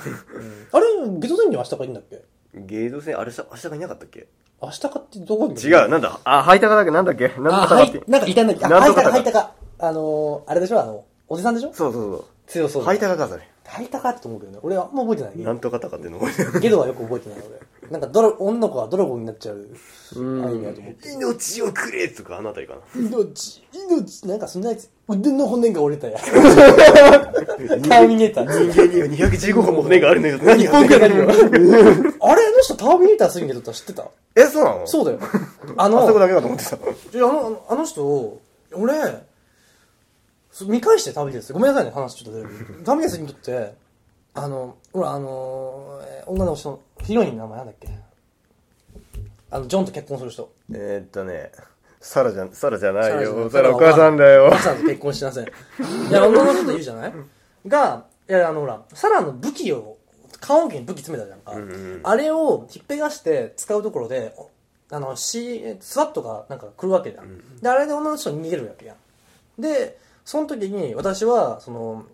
Speaker 1: あれゲト戦には明日かいいんだっけ
Speaker 2: ゲド戦、あれさ、明日がいなかったっけ
Speaker 1: 明日かってどこに
Speaker 2: 違う、なんだ。あ、ハイタカだっけなんだっけなん
Speaker 1: あ、
Speaker 2: だか
Speaker 1: は
Speaker 2: だっけ
Speaker 1: い、なんかいたんだっけあ、
Speaker 2: な
Speaker 1: は
Speaker 2: ん
Speaker 1: い
Speaker 2: と
Speaker 1: た
Speaker 2: かだ
Speaker 1: か、はいたか。あのー、あれでしょあの、おじさんでしょ
Speaker 2: そうそう
Speaker 1: 強そ
Speaker 2: そう。
Speaker 1: うな
Speaker 2: ハイタカか、それ。
Speaker 1: はいたかって思うけどね。俺はあんま覚えてないけど
Speaker 2: なんとかたかっての覚えてる
Speaker 1: ゲドはよく覚えてない俺。なんかドラ、女の子がドラゴンになっちゃうアニメだと思って。
Speaker 2: 命をくれとか、あのあたりかな。
Speaker 1: 命、命、なんかそんなやつ、腕の骨が折れたやつ。タ
Speaker 2: [LAUGHS]
Speaker 1: ーミネーター。
Speaker 2: 人間には215個も骨があるのよ。 [LAUGHS] 何が
Speaker 1: あれ、あの人ターミネーターすぎんけどって知ってた
Speaker 2: え、そうなの。
Speaker 1: そううだよ。あの、
Speaker 2: あそこだけだと思ってた。
Speaker 1: いやあのあの人俺そう見返してターミネーターですごめんなさいね話ちょっとずれるターミネーターにとってあのほらあのーえー女の人のヒロインの名前なんだっけあのジョンと結婚する人
Speaker 2: [LAUGHS] えーっとね、サラじゃ、サラじゃないよ。
Speaker 1: サ
Speaker 2: サ
Speaker 1: ラじゃな
Speaker 2: ラ
Speaker 1: い
Speaker 2: お母さんだ
Speaker 1: お
Speaker 2: よ
Speaker 1: 母。さんと結婚しなさいいや女の人と言うじゃないがいやあのほらサラの武器を棺桶に武器詰めたじゃんか、あれをひっぺがして使うところでおあの、シースワットがなんか来るわけじゃん。で、あれで女の人に逃げるわけやん。で、その時に私は、その、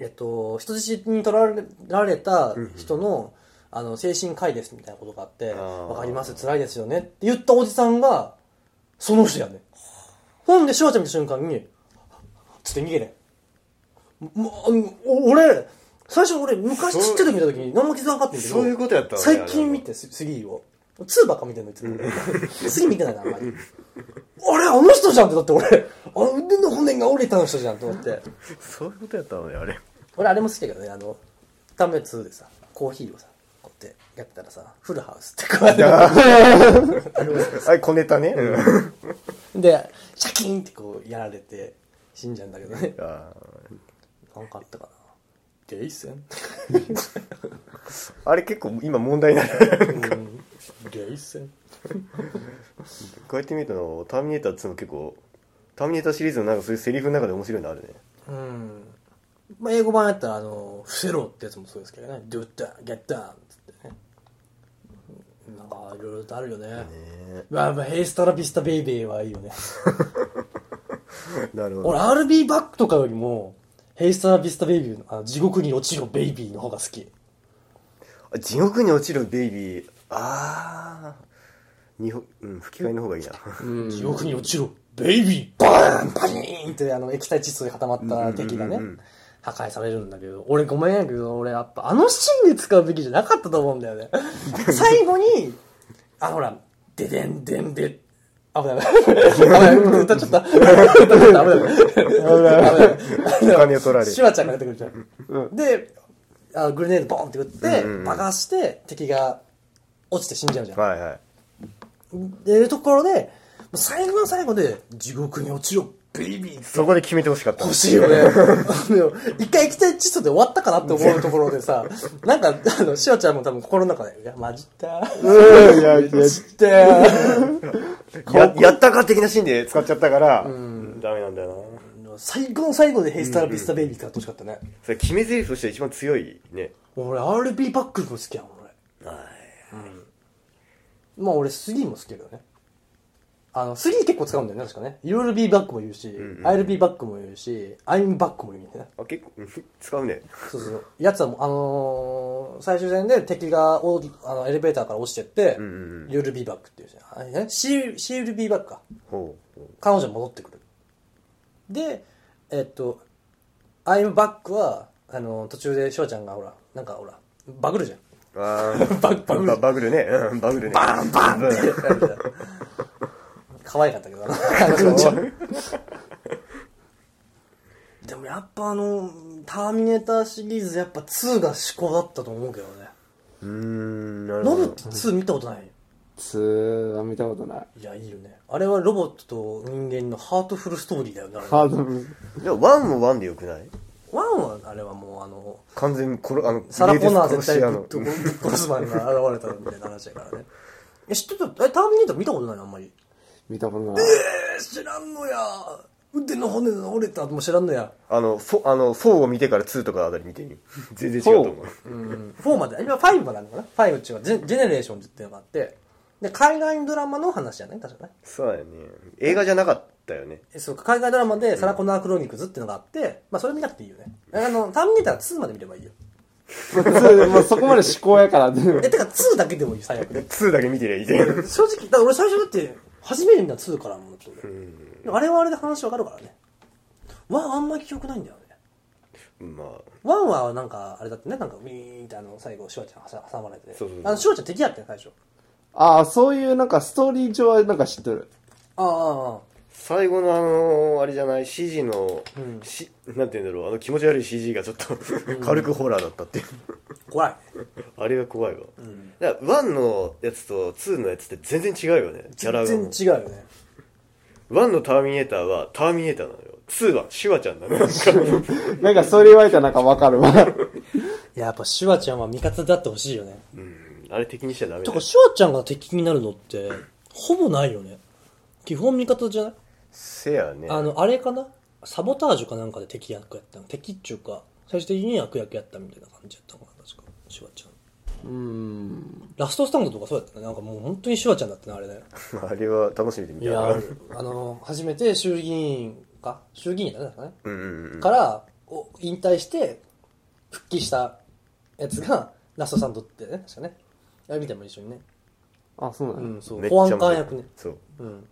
Speaker 1: えっと、人質に取られられた人の、あの、精神科医ですみたいなことがあって、
Speaker 2: あー
Speaker 1: わかります、辛いですよねって言ったおじさんが、その人やね。ほんで、シュワちゃん見た瞬間に、つって逃げれ。もう、あのお俺、最初俺、昔ちっちゃい時見た時に何も気づかなかったんだけど、
Speaker 2: そういうことやったわね
Speaker 1: 最近見て、ススリーを。ツーばっか見てんの、いつも。スリー見てないな、あんまり。あれ、あの人じゃんって、だって俺、あの腕の骨が折れたの人じゃんって思って。
Speaker 2: そういうことやったのね、あれ。
Speaker 1: 俺あれも好きだけどねあのタメ2でさコーヒーをさこうやってやったらさフルハウスってこうやって
Speaker 2: あれ、小ネタね。うん [LAUGHS]
Speaker 1: でシャキーンってこうやられて死んじゃうんだけどね
Speaker 2: あ
Speaker 1: なんかあったかなゲイ戦
Speaker 2: ーあれ結構今問題になる。
Speaker 1: ゲイ戦
Speaker 2: こうやって見ると、ターミネーターってのも結構、ターミネーターシリーズのなんかそういうセリフの中で面白いのあるね。
Speaker 1: うんまあ英語版やったらあの「伏せろ」ってやつもそうですけどね「Do it down get down」っつってねなんかいろいろとあるよねまあまあ「ヘイスタラビスタベイベー」はいいよね
Speaker 2: なるほど。
Speaker 1: 俺、RB バックとかよりも、ヘイスタービスタベイビーの、あの地獄に落ちろベイビーの方が好き。
Speaker 2: あ地獄に落ちるベイビー。あー。日本、うん、吹き替えの方がいいな。
Speaker 1: 地獄に落ちろベイビーバーンパリーンってあの液体窒素で固まった敵がね、破壊されるんだけど、俺ごめんやけど、俺やっぱあのシーンで使うべきじゃなかったと思うんだよ
Speaker 2: [LAUGHS]
Speaker 1: ね。最後に、あ、ほら、ででんでんで、危
Speaker 2: [LAUGHS]
Speaker 1: ない危ない。危ない。歌っちゃった。歌っちゃった。危ない。危ない。
Speaker 2: お金を取られる
Speaker 1: シュワちゃんが出てくるじゃん。で、あのグレネードボーンって打って、爆破して敵が落ちて死んじゃうじゃん。
Speaker 2: はいはい。
Speaker 1: でいうところで、最後の最後で、地獄に落ちろ、ベイビー
Speaker 2: そこで決めてほしかった。
Speaker 1: 欲しいよ
Speaker 3: [LAUGHS]
Speaker 1: ね。あの一回液体窒素で終わったかなって思うところで
Speaker 3: [LAUGHS]
Speaker 1: さ、なんか、あの、しおちゃんも多分心の中で、いや、マジったー。
Speaker 3: いやい
Speaker 1: っ
Speaker 3: や、
Speaker 1: てー
Speaker 2: ややったか的なシーンで使っちゃったから、ダメなんだよな。
Speaker 1: 最後の最後でヘイスタービスタベイビー使ってほしかったね。
Speaker 2: それ決め台詞としては一番強いね。
Speaker 1: 俺、RB バックルも好きやん、俺。うんまあ俺、3も好きだけどね。あの、3結構使うんだよね、確かね。いろいろ B バックも言うし、ILB バックも言うし、I'm バックも言うんだよね。
Speaker 2: あ、結構、うん使うね。
Speaker 1: そうそう。やつはもう、あのー最終戦で敵がおあのエレベーターから落ちてって、ユールビーバックっていうじゃん。あれね、シール、シールビーバックか。
Speaker 2: ほう。
Speaker 1: 彼女戻ってくる。で、えっと、アイムバックは、あの、途中で翔ちゃんがほら、なんかほら、バグるじゃん。
Speaker 2: あー
Speaker 1: バグバグ
Speaker 2: ババグるね。うんバグるね。バンバン
Speaker 1: [LAUGHS] 可愛かったけどな、彼女 [LAUGHS] はでもやっぱあの、ターミネーターシリーズやっぱ2が至高だったと思うけどね。
Speaker 2: うーん。なる
Speaker 1: ノ
Speaker 2: ほ
Speaker 1: ブ
Speaker 2: ど
Speaker 1: 2見たことない
Speaker 3: つーは見たことない。
Speaker 1: いや、いいよね。あれはロボットと人間のハートフルストーリーだよね。あれ
Speaker 3: ハードル。
Speaker 2: でもワンもワンでよくない
Speaker 1: ワンは、あれはもうあの、
Speaker 2: 完全にこれあの
Speaker 1: サラコナー
Speaker 2: 冷徹
Speaker 1: 絶対
Speaker 2: 殺し屋
Speaker 1: ぶっ
Speaker 2: の
Speaker 1: とぶっ殺すマンが現れたみたいな話だからね。え、知ってたえ、ターミネーター見たことないのあんまり。
Speaker 3: 見たことない。
Speaker 1: えー、知らんのや。腕の骨の折れたもう知らんのや。
Speaker 2: あのフォあのフォーを見てからツーとかあたり見てみ全然違うと思う
Speaker 1: うん。4まで、今5まであるのかな ?5 っていうか、ジェジェネレーションズっていうのがあって、で、海外ドラマの話じゃない確かね。
Speaker 2: そうやね映画じゃなかったよね
Speaker 1: えそうか、海外ドラマでサラコナークロニクズっていうのがあって、まあそれ見なくていいよね。あの、ターミネーター2まで見ればいいよ。
Speaker 3: 普通、まあ、そこまで思考やから、でも
Speaker 1: え、てか2だけでもいい、最悪で。
Speaker 2: ツーだけ見てりゃいいじゃん
Speaker 1: 正直、だから俺最初だって、初めて見た2からもちょっとねあれはあれで話わかるからね。ワンあんまり記憶ないんだよね。
Speaker 2: [LAUGHS] まあ
Speaker 1: ワンはなんか、あれだってね、なんかウィーンってあの、最後、シュワちゃん挟挟まれて。
Speaker 2: そうそうそう
Speaker 1: あの、シュワちゃん敵やってん、最初。
Speaker 3: [LAUGHS] ああ、そういうなんかストーリー上はなんか知ってる。
Speaker 1: ああ、ああ。
Speaker 2: 最後のあのーあれじゃない CG の、
Speaker 1: ん
Speaker 2: しなんて言うんだろうあの気持ち悪い CG がちょっと軽くホラーだったっていう
Speaker 1: 怖い。
Speaker 2: あれが怖いわ、だから1のやつと2のやつって全然違うよねキャラ
Speaker 1: 全
Speaker 2: がもう
Speaker 1: 然違うよね。
Speaker 2: 1のターミネーターはターミネーターなのよ2はシュワちゃんなのよ
Speaker 3: なんかそれ言われたらなんかわかるわ。 [LAUGHS]
Speaker 1: いや、やっぱシュワちゃんは味方であってほしいよね。
Speaker 2: うんあれ敵にしちゃダメ
Speaker 1: て
Speaker 2: だ
Speaker 1: か、
Speaker 2: よ
Speaker 1: シュワちゃんが敵になるのって、ほぼないよね。基本味方じゃない
Speaker 2: せやね
Speaker 1: あの、あれかなサボタージュかなんかで敵役やったの敵っていうか、最終的に悪役やったみたいな感じやったのかな、確か。シュワちゃん。
Speaker 3: うん。
Speaker 1: ラストスタンドとかそうやったね。なんかもう本当にシュワちゃんだったな、あれだよ。
Speaker 2: あれは楽しみで見
Speaker 1: い
Speaker 2: た
Speaker 1: や、あの、初めて衆議院か衆議院だったね。
Speaker 2: うんうんうん
Speaker 1: から、お引退して、復帰したやつが、ラストサンドってね、確かね。あれ見ても一緒にね。
Speaker 3: あ、そうな
Speaker 1: うん
Speaker 3: だ。
Speaker 1: ん、そう。
Speaker 2: めっちゃ
Speaker 1: 保
Speaker 2: 面
Speaker 1: 安
Speaker 2: 白い
Speaker 1: 官役ね。
Speaker 2: そう
Speaker 1: うん。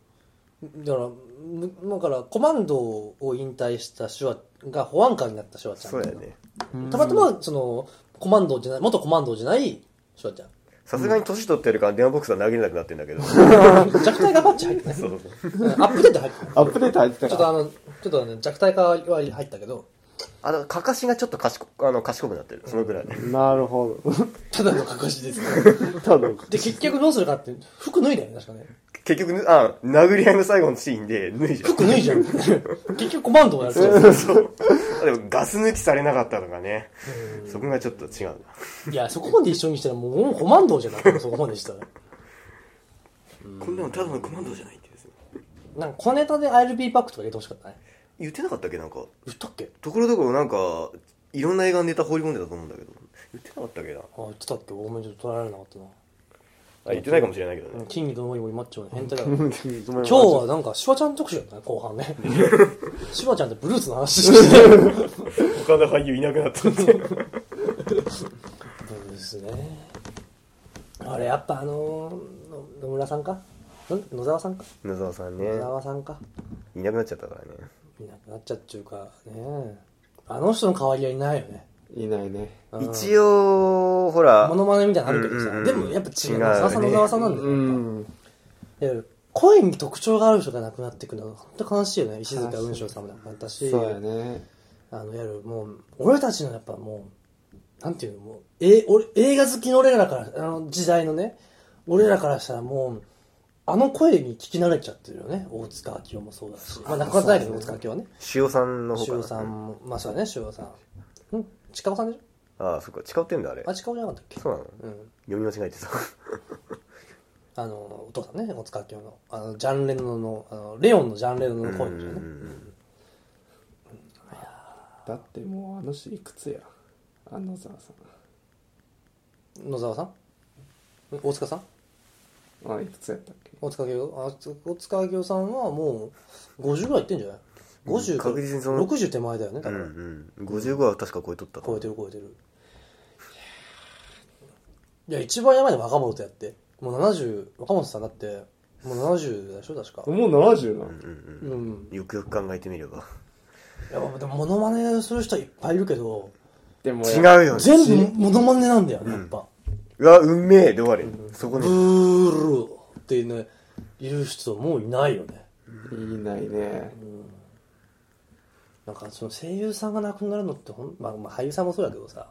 Speaker 1: だから、むだから、コマンドを引退したシュワが保安官になったシュワちゃん
Speaker 2: そうやね
Speaker 3: うん
Speaker 1: たまたま、その、コマンドじゃない、元コマンドじゃない、シュワちゃん。
Speaker 2: さすがに年取ってるから電話ボックスは投げれなくなってんだ [LAUGHS] けど
Speaker 1: 弱体化バッチ入ってない。
Speaker 2: そうそう
Speaker 1: うんアップデート入ってない。
Speaker 3: アップデート入ってた
Speaker 1: ちょ
Speaker 3: か
Speaker 1: っと
Speaker 3: ら。
Speaker 1: あの、ちょっとあの弱体化は入ったけど、
Speaker 2: あのかかしがちょっと賢くあの賢くなってるそのぐらい
Speaker 3: なるほど。 [LAUGHS]
Speaker 1: ただの隠しですね。
Speaker 3: ただ、
Speaker 1: で、結局どうするかって、服脱いだよね、確かね。
Speaker 2: 結局あ殴り合いの最後のシーンで脱いじゃん
Speaker 1: 服脱いじゃん。結局コマンドをやっちゃう。
Speaker 2: [LAUGHS] そうあでもガス抜きされなかったとかねそこがちょっと違うない
Speaker 1: や、そこまで一緒にしたらもう、コマンドじゃなくて、そこまでしたら。
Speaker 2: こんなのただのコマンドじゃないってですね
Speaker 1: なんか、小ネタで I'll be back とか入れてほしかったね。
Speaker 2: 言ってなかったっけなんか
Speaker 1: 言ったっけ
Speaker 2: ところどころなんかいろんな映画のネタ放り込んでたと思うんだけど言ってなかったっけな
Speaker 1: あ、言ってたっけごめん、ちょっと取られなかったな。
Speaker 2: あ言ってないかもしれないけど
Speaker 1: う
Speaker 2: ね
Speaker 1: ん、キングとノリもマッチョも変態だから。 [LAUGHS] 今
Speaker 3: [LAUGHS] 今
Speaker 1: 日はなんか、シュワちゃん特集だったね、後半 [LAUGHS] ね。シュワちゃんってブルースの話してる。
Speaker 2: 他の俳優いなくなったって
Speaker 1: ブルースね。あれ、やっぱあのーの野村さんかん野沢さんか
Speaker 2: 野沢さんね
Speaker 1: 野沢さんか
Speaker 2: いなくなっちゃったからね
Speaker 1: いなくなっちゃうっていうか、ねあの人の代わりはいないよね。
Speaker 3: いないね。
Speaker 2: 一応ほら
Speaker 1: モノマネみたいなのあるけど
Speaker 2: うんうん
Speaker 1: さ、
Speaker 2: うん
Speaker 1: でもやっぱ違
Speaker 2: 違
Speaker 1: う。
Speaker 2: う
Speaker 1: 野沢さん
Speaker 2: ね
Speaker 1: 野沢さんなんだよやっ
Speaker 3: う
Speaker 1: ぱ。
Speaker 3: ん。
Speaker 1: いや声に特徴がある人が亡くなっていくのは本当悲しいよね石塚雲章さんも亡くなったし
Speaker 3: そうやね。
Speaker 1: あのやるもう俺たちのやっぱもうなんていうのもうえ俺映画好きの俺らからあの時代のね俺らからしたらもうあの声に聞き慣れちゃってるよね大塚明夫もそうだし、まあ、亡くなってないけど大塚明夫はね
Speaker 2: 塩さんの方か
Speaker 1: 塩
Speaker 2: な
Speaker 1: さんもまあそうだね塩さんうん近尾さんでし
Speaker 2: ああそっか誓ってんだあれ
Speaker 1: ょあ近尾じゃなかったっけ
Speaker 2: そうなの
Speaker 1: うん
Speaker 2: 読み間違えてた
Speaker 1: あのお父さんね大塚明夫のあのジャンレノのあのレオンのジャンレノの声ですよね
Speaker 3: だってもうあの人いくつや。あのさ、さ
Speaker 1: 野沢さんん大塚さん
Speaker 3: ん。あ、いくつやったっけ
Speaker 1: 大塚明夫あ大塚明夫さんはもう50ぐらいいってんじゃない50と
Speaker 2: 確実にその
Speaker 1: 60手前だよねだ
Speaker 2: う
Speaker 1: から、
Speaker 2: んうん55は確か超えとったと
Speaker 1: 超え
Speaker 2: 思う
Speaker 1: てる超えてるいや一番やばいのは若本とやってもう70若本さんだってもう70でしょ確か
Speaker 3: もう70なの
Speaker 2: うん
Speaker 1: う
Speaker 2: うん
Speaker 1: ん
Speaker 2: よくよく考えてみれば
Speaker 1: いやでもモノマネする人はいっぱいいるけど
Speaker 3: でも
Speaker 2: 違う
Speaker 3: や
Speaker 2: よね
Speaker 1: 全部モノマネなんだよねやっぱ、
Speaker 2: うわ運命で終わりそこ
Speaker 1: ブ
Speaker 2: に
Speaker 1: ールっていうねいる人もういないよね
Speaker 3: いないね。
Speaker 1: なんかその声優さんが亡くなるのってほん、まあ、まあ俳優さんもそうだけどさ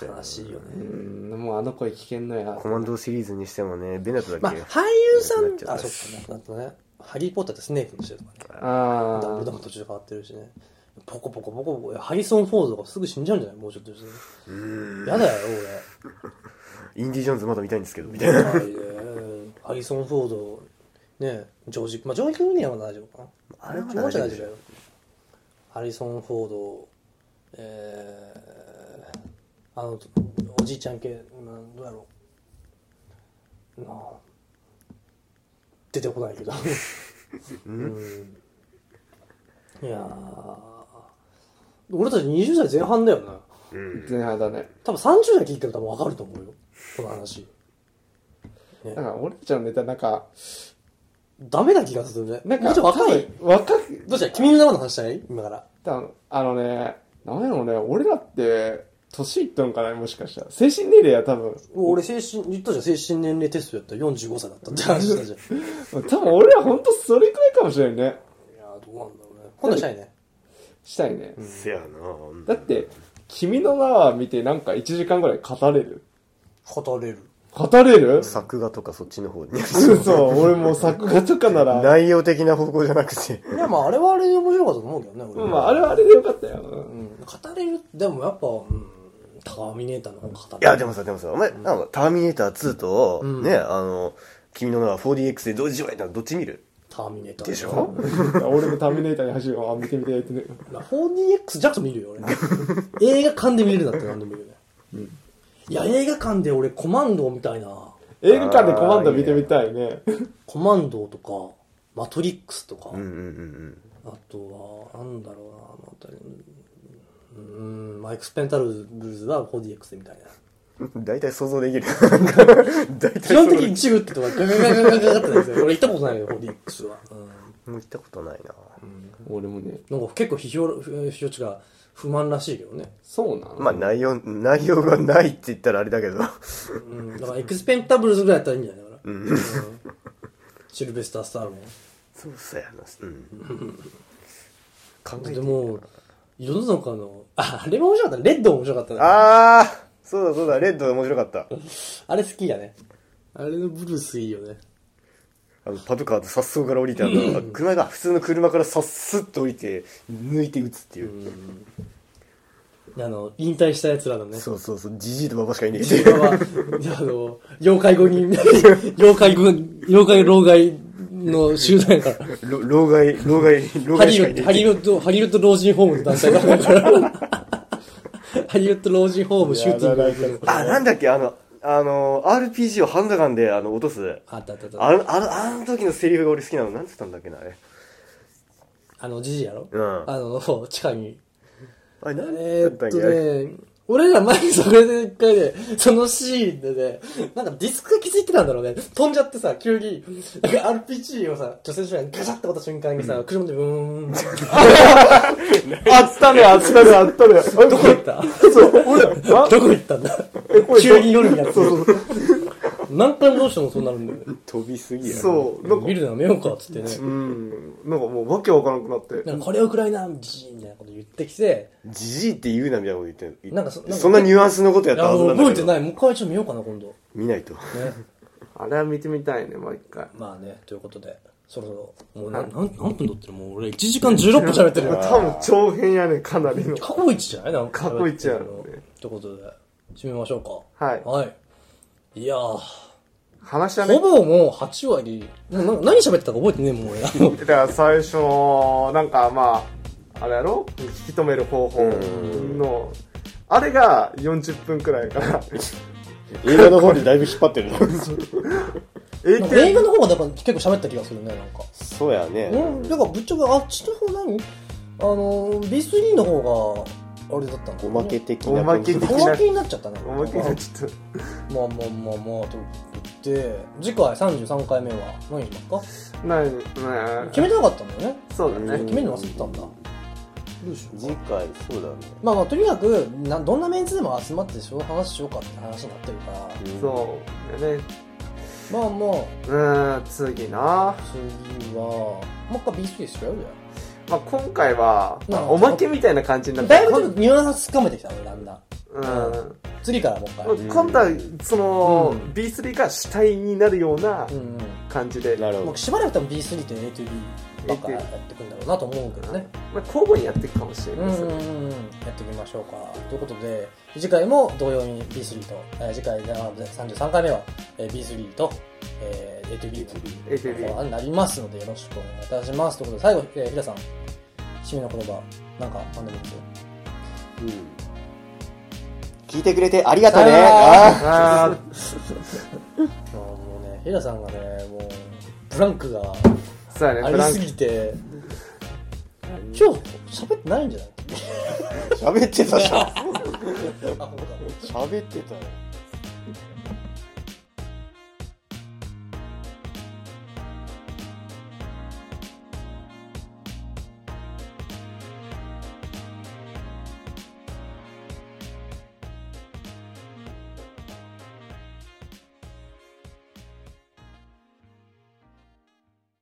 Speaker 2: 悲
Speaker 1: しいよね。
Speaker 3: うんもうあの声聞けんのや
Speaker 2: コマンドシリーズにしてもね、ベナトだけ。
Speaker 1: まあ、俳優さん
Speaker 2: なくなっちゃっ、た
Speaker 1: あ、そっか、なくなったね。ハリー・ポッターってスネークの人とかね。
Speaker 3: あ
Speaker 1: ダブルダ
Speaker 3: あ
Speaker 1: ム途中で変わってるしね。ポコポコポコポコ。ハリソン・フォードがすぐ死んじゃうんじゃないもうちょっとして。やだよ、
Speaker 2: インディ・ジョーンズまだ見たいんですけど、みたい
Speaker 1: 俺。
Speaker 2: な。
Speaker 1: はいねハリソン・フォード、ね、ジョージ、まあ、ジョージ・クルーニーは大丈夫かな。
Speaker 2: あれは
Speaker 1: も
Speaker 2: 大
Speaker 1: う
Speaker 2: 丈夫
Speaker 1: ちょっと大丈夫だよ。ハリソン・フォード、えー、あの、おじいちゃん系、なんどうやろう。なあ出てこないけど。うんいやー俺たち20代前半だよな。
Speaker 3: 前半だね
Speaker 1: 多分30代聞いてると多分わかると思うよ。この話。
Speaker 3: なんか俺たちのネタなんか
Speaker 1: ダメな気がするね。
Speaker 3: なんか
Speaker 1: もうちょっと若い。
Speaker 3: 多分若く
Speaker 1: どうした君の生の話したい今から。
Speaker 3: 多分あのねなんやろうね俺らって年いっとんかなもしかしたら精神年齢は多分
Speaker 1: 俺、精神、言ったじゃん、精神年齢テストやったら45歳だったって話したじゃん。い
Speaker 3: 多分俺ら本当それくらいかもしれんね
Speaker 1: やー、どうなんだろうね。今度したいね。
Speaker 3: したいね
Speaker 2: せやな
Speaker 3: だって「君の名は」見てなんか1時間ぐらい語れる
Speaker 1: 語れる。
Speaker 3: 語れる
Speaker 2: 作画とかそっちの方に。
Speaker 3: そう俺もう作画とかなら
Speaker 2: 内容的な方向じゃなくて。
Speaker 1: いや、まあ、あれはあれで面白かったと思うけどね、俺は。
Speaker 3: まああれはあれでよかったようん
Speaker 1: 語れる、でもやっぱ、うん、ターミネーターの方が語
Speaker 2: い
Speaker 1: れる。
Speaker 2: や、でもさ、でもさ、お前、なんか、ターミネーター2と、ね、あの、君の名は 4DX で同時上映ったらどっち見る
Speaker 1: ターミネーター。
Speaker 2: でしょ
Speaker 3: 俺もターミネーターに走るあ見てみてってね
Speaker 1: まあ 4DX じゃと見るよ、俺。映画館で見れるだって何でも見るね。いや、映画館で俺、コマンドみたいな。
Speaker 3: 映画館でコマンド見てみたいね
Speaker 1: コマンドとか、マトリックスとか、
Speaker 2: うんうんうん
Speaker 1: あとは、なんだろうな、また、うん、うんマイク・スペンタルブルズは 4DX みたいな。
Speaker 2: うん。大体想
Speaker 1: [LAUGHS]
Speaker 2: 像できる。大体
Speaker 1: 基本的にジブってとかガガガガガガガってなんですよ。俺行ったことないよ、4DX は。う
Speaker 2: もう行ったことないな
Speaker 3: 俺もね
Speaker 1: ん、なんか結構批評、批評値が不満らしいけどね。
Speaker 3: そうなの
Speaker 2: まあ内容、内容がないって言ったらあれだけど。
Speaker 1: うん、だからエクスペンタブルズぐらいやったらいいんじゃないかな。うんシルベスター・スターローン。
Speaker 2: そうそうやな。うん。考えて
Speaker 1: で
Speaker 2: みる
Speaker 1: も、世の中の、あ、あれも面白かった。レッドも面白かったな。あ
Speaker 2: ああそうだそうだ、レッド面白かった。
Speaker 1: れ好きやね。あれのブルースいいよね。
Speaker 2: あの、パトカーと颯爽から降りて、あの、あ車が、普通の車からさっすっと降りて、抜いて撃つっていう。
Speaker 1: あの、引退した奴らのね。
Speaker 2: そうそうそう、じじいとばばしかいねえ
Speaker 1: 自分は、あの、妖怪語に、
Speaker 2: [LAUGHS]
Speaker 1: 妖怪語、妖怪老害の集団やから。
Speaker 2: ろ老害、老害、老
Speaker 1: ハ
Speaker 2: 害
Speaker 1: リ
Speaker 2: し
Speaker 1: ウ
Speaker 2: かい
Speaker 1: ッド、
Speaker 2: ね
Speaker 1: ハリウッド、ハリウッド老人ホームの団体だから。
Speaker 2: [LAUGHS]
Speaker 1: ハリウッド老人ホームシューティングライブ
Speaker 2: え。あ、なんだっけ、あの、あの、RPG をハンダガンで、あの、落とす。
Speaker 1: あったあったあった。
Speaker 2: あの、あの、あの時のセリフが俺好きなの、なんつったんだっけな、あれ。
Speaker 1: あの、じじいやろ
Speaker 2: うん
Speaker 1: あの、地下に。
Speaker 2: あれ、なん
Speaker 1: え
Speaker 2: だ
Speaker 1: ー
Speaker 2: った
Speaker 1: っ
Speaker 2: っ
Speaker 1: と
Speaker 2: け、あれ
Speaker 1: ね、俺ら前にそれで一回ね、そのシーンでね、なんかディスクが気づいてたんだろうね。飛んじゃってさ、急に、なんか RPG をさ、女性主演ガシャってった瞬間にさ、車でブーン。
Speaker 3: あったねあったねあったね
Speaker 1: どこ行った
Speaker 3: [LAUGHS] そう俺あ
Speaker 1: どこ行ったんだ
Speaker 3: これ
Speaker 1: 急に夜になって。何回もどうしてもそうなるんだよね。
Speaker 2: 飛びすぎやな。
Speaker 3: そうなんか
Speaker 1: 見るのやめようかっつってね。
Speaker 3: うんなんかもうわけわからなくなって
Speaker 1: なんかこれをくらいな、ジーンみたいなこと言ってきて、
Speaker 2: じじいって言うなみたいなこと言ってる
Speaker 1: なんかそなんか
Speaker 2: んなニュアンスのことや
Speaker 1: い
Speaker 2: った
Speaker 1: や、
Speaker 2: はず
Speaker 1: も
Speaker 2: な
Speaker 1: うん
Speaker 2: だ
Speaker 1: 覚え
Speaker 2: け
Speaker 1: て
Speaker 2: ど
Speaker 1: ない。もう一回ちょっと見ようかな、今度。
Speaker 2: 見ないと
Speaker 1: ね。
Speaker 3: あれは見てみたいねもう一回
Speaker 1: まあね、ということで、そろそろ、もうな何何分撮ってるもう俺1時間16分喋ってるよ。
Speaker 3: 多分長編やねかなりの
Speaker 1: 過去一じゃないなんか。
Speaker 3: 過去一やろうね
Speaker 1: ということで、締めましょうか。
Speaker 3: はい
Speaker 1: はい。いやー、
Speaker 3: 話はね
Speaker 1: ほぼもう8割、なな何喋ってたか覚えてねえもん、 [LAUGHS] 俺。
Speaker 3: だから最初のなんかまああれやろ引き止める方法のあれが40分くらいかな
Speaker 2: 映画の方にだいぶ引っ張ってる
Speaker 3: 英
Speaker 1: なんか映
Speaker 3: 検
Speaker 1: 画の方がなんか結構喋った気がするね、なんか。
Speaker 2: [LAUGHS] そうやね
Speaker 1: うん、だからぶっちゃけあっちの方何あの、B3 の方が、あれだったのか
Speaker 2: お
Speaker 1: な
Speaker 2: まけ的な
Speaker 3: おまけ的
Speaker 1: おまけになっちゃったね。
Speaker 3: [LAUGHS] 思いっきりちょっ
Speaker 1: まあまあまあまあ、と言って、次回33回目は何します
Speaker 3: とないね
Speaker 1: か決めてなかったんだよね。
Speaker 3: そうだ
Speaker 2: うん
Speaker 3: ね
Speaker 1: 決めるの忘れてたんだ。どうしよう
Speaker 2: 次回そうだね
Speaker 1: まあまあ、とにかくな、どんなメンツでも集まって、その話しようかって話になってるから、
Speaker 3: そうだね
Speaker 1: まあまあ、
Speaker 3: うーん次な、
Speaker 1: 次は、もう一回 B3 でしようよ。
Speaker 3: まあ、今回は
Speaker 1: うん
Speaker 3: おまけみたいな感じになって
Speaker 1: だいぶちょっとニュアンスつかめてきたね、だんだん。
Speaker 3: うん
Speaker 1: 次からもう一回。うん
Speaker 3: 今度はその、B3 が主体になるような
Speaker 1: う
Speaker 3: 感じで、
Speaker 2: なる
Speaker 1: ん。も
Speaker 2: ほ
Speaker 1: うしばらく多分 B3 と A2B ばっかやってくんだろうなと思うけどね。
Speaker 3: まあ、交互にやっていくかもしれ
Speaker 1: う
Speaker 3: ない
Speaker 1: ん
Speaker 3: で
Speaker 1: う
Speaker 3: すよね、
Speaker 1: んうん。やってみましょうか。ということで、次回も同様に B3 と、えー次回であ33回目はえー B3 と、えー A2B と。
Speaker 3: AKB
Speaker 1: になりますのでよろしくお願いいたします。ということで、最後、えー、平さん、締めの言葉、なんか、なんでもいいですよ。
Speaker 2: ど。うん
Speaker 7: 聞いてくれてありがとうね。
Speaker 1: さよなら
Speaker 7: あー
Speaker 3: あ
Speaker 1: あーもうね、平さんがね、もう、ブランクが
Speaker 3: あそうやね
Speaker 1: あ
Speaker 3: ブ
Speaker 1: り
Speaker 3: ラン
Speaker 1: すぎて、今日、喋ってないんじゃない
Speaker 7: 喋ってたじゃん。
Speaker 1: あ、ほんとだ。
Speaker 2: [LAUGHS]
Speaker 7: 喋ってたよ。